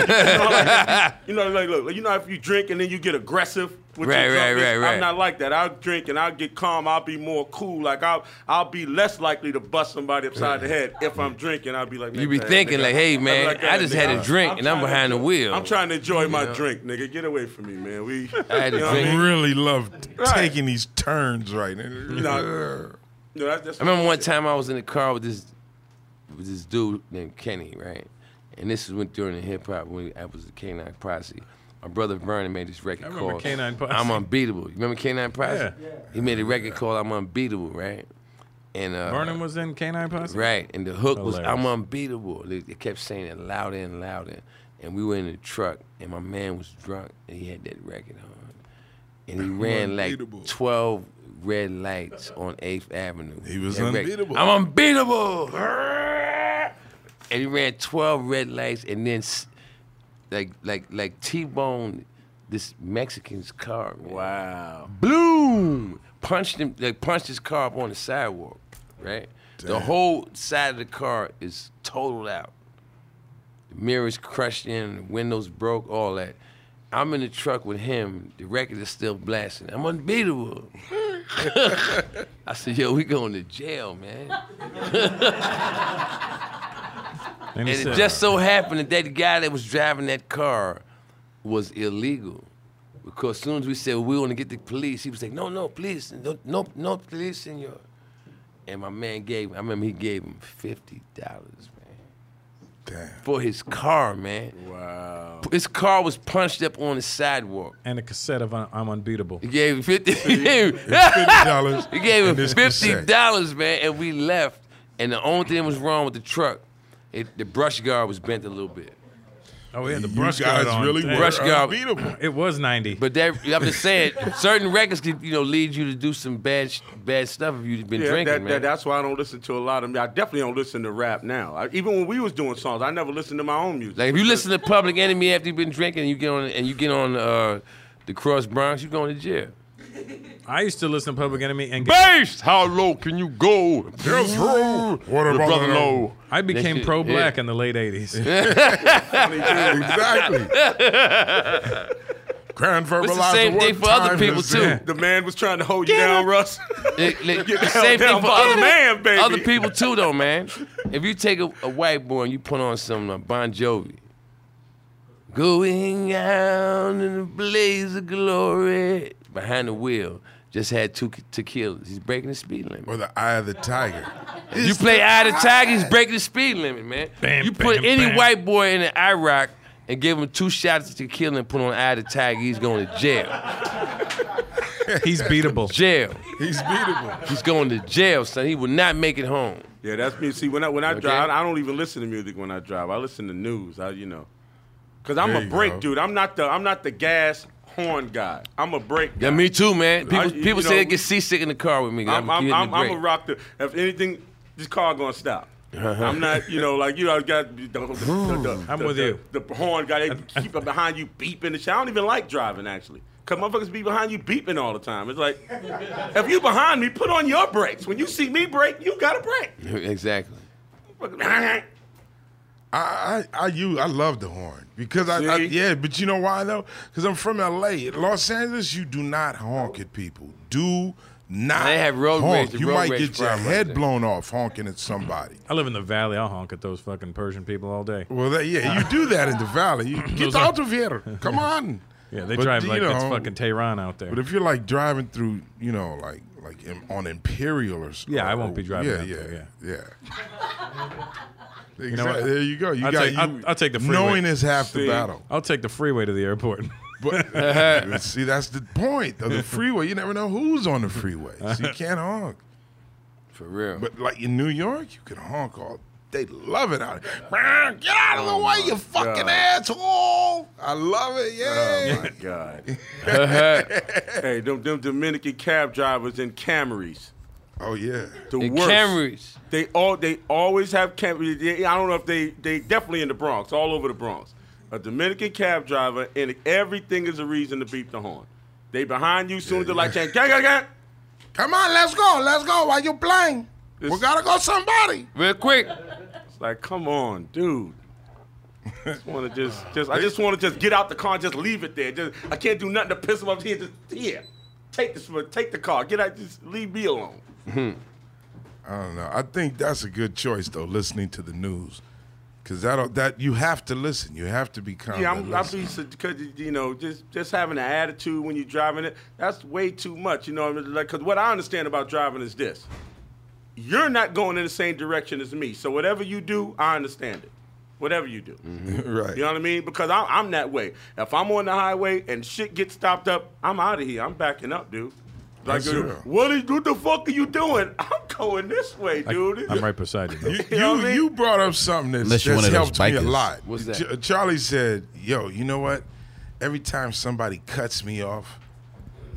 S8: like,
S3: <laughs>
S8: you know, like look, you know, if you drink and then you get aggressive. With
S3: Right,
S8: your
S3: right, right,
S8: drunkenness,
S3: right.
S8: I'm not like that. I'll drink and I'll get calm. I'll be more cool. Like I'll, I'll be less likely to bust somebody upside the head if I'm drinking. I'll be like,
S3: You be
S8: "Man,
S3: thinking
S8: nigga."
S3: like, hey
S8: I'll be
S3: man,
S8: like,
S3: I
S8: "Nah,
S3: just
S8: nigga,
S3: had a drink and I'm
S8: trying to
S3: behind the
S8: enjoy-
S3: wheel.
S8: I'm trying to enjoy my drink, nigga. Get away from me, man. We.
S3: <laughs> I had a
S8: <laughs> you know
S3: drink.
S6: I
S8: what
S3: Right.
S6: really love t-
S8: Right.
S6: taking
S5: <laughs>
S6: these turns right now.
S8: No. No, that's, that's
S3: I remember one time I was in the car with this with this dude named Kenny, right? And this is when during the hip hop when I was the Canine Posse. My brother Vernon made this record
S5: I remember
S3: called
S5: K9 Posse.
S3: I'm Unbeatable. You remember Canine Posse?
S5: Yeah.
S3: He made a record called I'm Unbeatable, right? And uh,
S5: Vernon was in Canine Posse.
S3: Right, and the hook was
S5: Hilarious.
S3: "I'm unbeatable." They, they kept saying it louder and louder, and we were in the truck, and my man was drunk, and he had that record on, and he ran like
S6: unbeatable.
S3: twelve red lights on Eighth Avenue.
S6: He was
S3: That record,
S6: unbeatable.
S3: I'm unbeatable, and he ran twelve red lights, and then s- like like like T Bone, this Mexican's car. man.
S8: Wow.
S3: Bloom punched him, like punched his car up on the sidewalk, right? The whole side of the car is totaled out. The mirrors crushed in, the windows broke, all that. I'm in the truck with him. The record is still blasting. I'm unbeatable. I said, "Yo, we going to jail, man."
S5: And he
S3: And it
S5: said-
S3: just so happened that that guy that was driving that car was illegal. Because as soon as we said we want to get the police, he was like, "No, no, please, no, no, no, police, senor." And my man gave. I remember he gave him fifty dollars, man,
S6: Damn.
S3: for his car, man.
S8: Wow.
S3: His car was punched up on the sidewalk.
S5: and a cassette of I'm Unbeatable.
S3: <laughs> He gave him fifty.
S6: <laughs> Fifty dollars.
S3: He gave him fifty dollars, man, and we left. And the only thing that was wrong with the truck, it, the brush guard was bent a little bit.
S5: Oh, yeah, the
S6: You
S5: brush
S6: guys
S5: guard on.
S6: really
S5: Damn.
S6: were
S8: <laughs>
S3: Brush guard. <laughs>
S6: unbeatable.
S5: It was 90.
S3: But that I'm just saying, certain records could you know lead you to do some bad sh- bad stuff if you've been
S8: Yeah,
S3: drinking,
S8: that,
S3: man.
S8: that, that's why I don't listen to a lot of. I definitely don't listen to rap now. I, even when we was doing songs, I never listened to my own music.
S3: like if you listen to Public Enemy after you've been drinking, and you get on and you get on uh, the Cross Bronx, you're going to jail.
S5: I used to listen to Public Enemy and get,
S3: Based, how low can you go?
S6: Girls rule. What
S3: The
S6: about
S3: brother
S6: them?
S3: low.
S5: I became pro black in the late
S8: <laughs>
S5: 80s.
S3: <laughs>
S6: <laughs> Exactly. Grand verbalizer.
S3: It's the same
S6: what
S3: thing for other
S6: time
S3: people
S6: is
S3: too.
S6: it?
S8: <laughs> the man was trying to hold you
S3: <laughs>
S8: down, Russ.
S3: It- it-
S8: Get held
S3: same thing
S8: down
S3: for
S8: by the
S3: other
S8: man, baby.
S3: Other people too, though, man. If you take a, a white boy and you put on some uh, Bon Jovi, going out in a blaze of glory behind the wheel, just had two te- tequilas. He's breaking the speed limit.
S6: Or the eye of the tiger.
S3: You play Eye of the Tiger, he's breaking the speed limit, man.
S5: Bam,
S3: you put
S5: bam,
S3: any
S5: bam.
S3: white boy in an Iraq and give him two shots of tequila and put on Eye of the Tiger, he's going to jail.
S5: He's beatable.
S3: Jail.
S6: He's beatable.
S3: He's going to jail, son. He will not make it home.
S8: yeah, that's me. See, when I when I
S3: Okay.
S8: drive, I don't even listen to music when I drive. I listen to news. I you know, because I'm
S6: There
S8: a
S6: you
S8: brake
S6: go.
S8: dude. I'm not the I'm not the gas horn guy. I'm a brake.
S3: Yeah, me too, man. People,
S8: I- you
S3: people say
S8: know,
S3: they get seasick in the car with me.
S8: I'm,
S3: I'm,
S8: I'm, I'm, I'm
S3: a
S8: a rock the. If anything, this car gonna stop. I'm not, you know, like you know, got the, the, the,
S5: I'm
S8: the-
S5: with
S8: the-
S5: you.
S8: The horn guy, they keep it behind you beeping the shit. I don't even like driving actually, cause motherfuckers be behind you beeping all the time. It's like, if you behind me, put on your brakes. When you see me brake, you gotta
S3: <laughs>
S8: brake.
S3: exactly.
S6: I, I I use I love the horn because I, I
S8: See?
S6: yeah, but you know why though? Because I'm from L.A. Los Angeles, you do not honk at people. Do not.
S3: They have road
S6: honk.
S3: rage-
S6: You
S3: road
S6: might
S3: rage
S6: get your
S3: problems
S6: head
S3: there.
S6: blown off honking at
S5: <laughs>
S6: somebody.
S5: I live in the valley. I'll honk at those fucking Persian people all day.
S6: Well, that, yeah, you do that in the valley.
S3: <clears throat>
S6: You, get
S5: Those are-
S6: out of here. Come
S3: <laughs>
S6: on.
S5: Yeah, they
S6: But,
S5: drive
S6: you
S5: like it's
S6: know,
S5: fucking Tehran out there.
S6: But if you're like driving through, you know, like like in, on Imperial or something.
S5: Yeah, I won't be driving
S6: Yeah,
S5: up
S6: yeah,
S5: there,
S6: yeah,
S5: <laughs>
S6: Exactly.
S5: know what?
S6: there you go. You
S5: I'll
S6: got.
S5: take- I'll-
S6: you-
S5: I'll take the freeway.
S6: Knowing is half the
S8: See?
S6: battle.
S5: I'll take the freeway to the airport. <laughs>
S8: <laughs>
S6: But <laughs> see, that's the point of the freeway. You never know who's on the freeway, so you can't honk.
S3: For real.
S6: But like in New York, you can honk all They love it out. there. Get out
S8: Oh
S6: of the way, you fucking asshole! I love it. Yeah.
S8: Oh my God. hey, them, them Dominican cab drivers in Camrys.
S6: Oh yeah.
S8: The
S3: In
S8: worst.
S3: Camrys.
S8: They all they always have Camrys. They- I don't know if they they definitely in the Bronx, all over the Bronx. A Dominican cab driver, and everything is a reason to beep the horn. They behind you soon as the light change. Gang, gang, gang.
S6: Come on, let's go, let's go. Why you playing? we
S8: This-
S6: gotta go, somebody.
S3: Real quick.
S8: It's like, come on, dude. Just want to just just I just want to just get out the car, and just leave it there. Just I can't do nothing to piss them off here. Just here, take this, take the car, get out, just leave me alone.
S6: I don't know. I think that's a good choice though. Listening to the news, because that that you have to listen. You have to be calm.
S8: Yeah,
S6: and
S8: I'm, I'll
S6: listen.
S8: be because you know just just having an attitude when you're driving it. That's way too much. You know, what I mean? like because what I understand about driving is this: you're not going in the same direction as me. So whatever you do, I understand it. Whatever you do,
S6: <laughs> right.
S8: you know what I mean? Because I'm, I'm that way. If I'm on the highway and shit gets stopped up, I'm out of here. I'm backing up, dude. Like,
S6: That's true.
S8: what, is, what the fuck are you doing? I'm going this way, dude.
S5: I'm right beside you.
S6: You,
S8: <laughs> You know what I
S6: you,
S8: mean?
S6: you brought up something that's,
S7: Unless you're
S6: that's
S7: one of
S6: helped
S7: those
S6: me a
S7: bikers.
S6: lot.
S3: What's that?
S6: Ch- Charlie said, "Yo, you know what? Every time somebody cuts me off,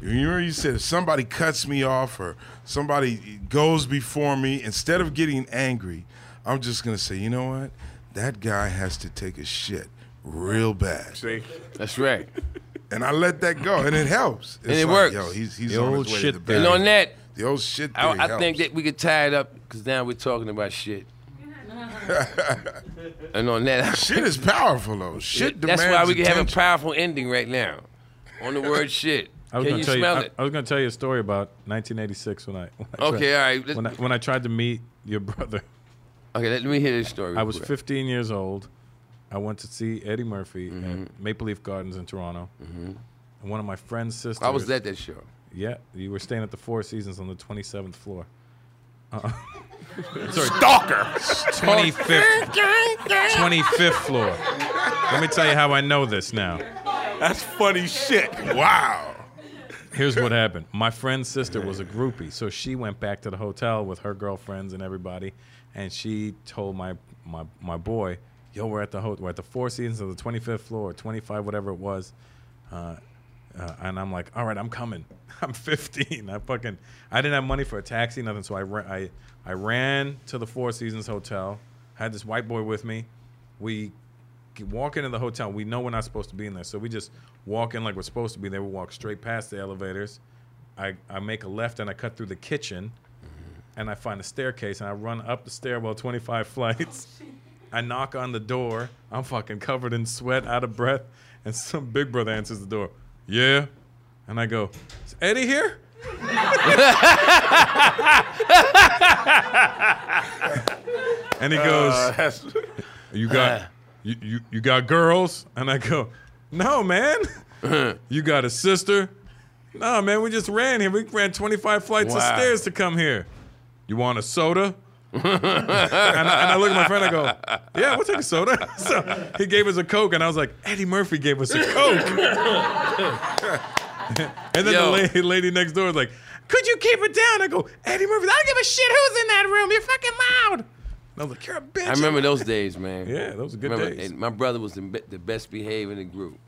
S6: you remember you said if somebody cuts me off or somebody goes before me, instead of getting angry, I'm just gonna say, you know what? That guy has to take a shit real bad,
S8: See?
S3: That's right.
S6: and I let that go, and it helps. It's
S3: it
S6: like,
S3: works.
S6: Yo, he's he's
S5: The
S6: on
S5: old
S6: his way
S5: shit
S6: to the
S5: theory.
S3: And
S6: back.
S3: on that,
S6: The old shit. Theory
S3: I, I think
S6: helps.
S3: that we could tie it up because now we're talking about
S8: <laughs>
S3: shit. and on that, <laughs>
S6: shit is powerful though. Shit
S3: that's
S6: demands
S3: why we can have a
S6: attention.
S3: powerful ending right now on the word
S8: <laughs>
S3: shit.
S5: I was
S3: Can
S5: gonna
S3: you
S5: tell you.
S3: smell
S5: I,
S3: it?
S5: I was gonna tell you a story about 1986 when I. <laughs> When I
S3: Okay,
S5: tried-
S3: all right. Let's-
S5: When I, when I tried to meet your <laughs> brother,
S3: Okay, let me hear this story.
S5: I
S3: real
S5: was
S3: quick.
S5: 15 years old. I went to see Eddie Murphy at
S3: Mm-hmm.
S5: Maple Leaf Gardens in Toronto. And one of my friend's sisters.
S3: I was at that show.
S5: Yeah, you were staying at the Four Seasons on the 27th floor.
S6: stalker.
S5: 25th, 25th floor. Let me tell you how I know this now.
S8: That's funny shit.
S6: Wow.
S5: Here's what happened. My friend's sister was a groupie, so she went back to the hotel with her girlfriends and everybody, and she told my my my boy, "Yo, we're at the hotel. We're at the Four Seasons of the 25th floor, 25, whatever it was." Uh, uh, and I'm like, "All right, I'm coming. <laughs> I'm 15. I fucking I didn't have money for a taxi, nothing. So I ran I I ran to the Four Seasons hotel. Had this white boy with me. We g- walk into the hotel. We know we're not supposed to be in there, so we just walk in like we're supposed to be there. We walk straight past the elevators. I, I make a left and I cut through the kitchen, and I find a staircase and I run up the stairwell 25 <laughs> flights. I knock on the door. I'm fucking covered in sweat, out of breath, and some big brother answers the door. Yeah, and I go, "Is Eddie here?" <laughs> and he goes,
S8: Uh, that's,
S5: you
S3: Uh.
S5: got you, you you got girls and i go no
S3: <laughs>
S5: man you got a sister nah man we just ran here we ran 25 flights of
S3: Wow.
S5: stairs to come here you want a soda <laughs> and, I, and I look at my friend. I go, "Yeah, we'll take a soda." <laughs> So he gave us a coke, and I was like, "Eddie Murphy gave us a coke." <laughs> and then
S3: Yo.
S5: the lady, lady next door was like, "Could you keep it down?" I go, "Eddie Murphy, I don't give a shit who's in that room. You're fucking loud." And I was like, "You're a bitch."
S3: I remember those days, man.
S5: Yeah, those were good
S3: Remember,
S5: days.
S3: and my brother was the, be- the best behaved in the group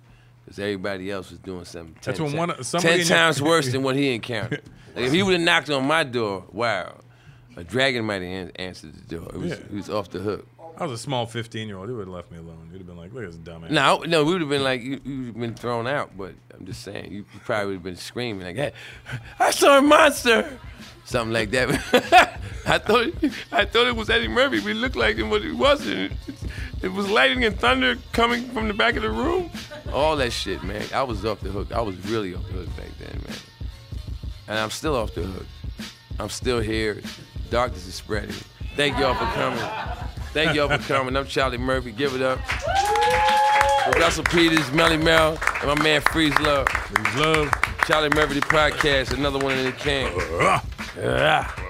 S3: because everybody else was doing something.
S5: That's
S3: 10
S5: when
S3: ti-
S5: one of- somebody
S3: ten
S5: in your- <laughs>
S3: times worse than what he encountered. Like, if he would have knocked on my door, wow, a dragon might have an- answered the door. It was,
S5: Yeah.
S3: it was off the hook.
S5: I was a small 15 year old. He would have left me alone. He'd have been like, look at this dumbass.
S3: No, I- no, we would have been like you, you've been thrown out. But I'm just saying, you, you probably would have been screaming like, "Hey, I saw a monster," something like that. <laughs> I thought, I thought it was Eddie Murphy. We looked like him, but it wasn't. It, was lightning and thunder coming from the back of the room. All that shit, man. I was off the hook. I was really off the hook back then, man. And I'm still off the hook. I'm still here. Darkness is spreading. Thank y'all for coming. Thank y'all for coming. I'm Charlie Murphy. Give it up. For Russell Peters, Melly Mel, and my man Freeze Love.
S5: Please love.
S3: Charlie Murphy the podcast, another one in the can.
S5: Ah.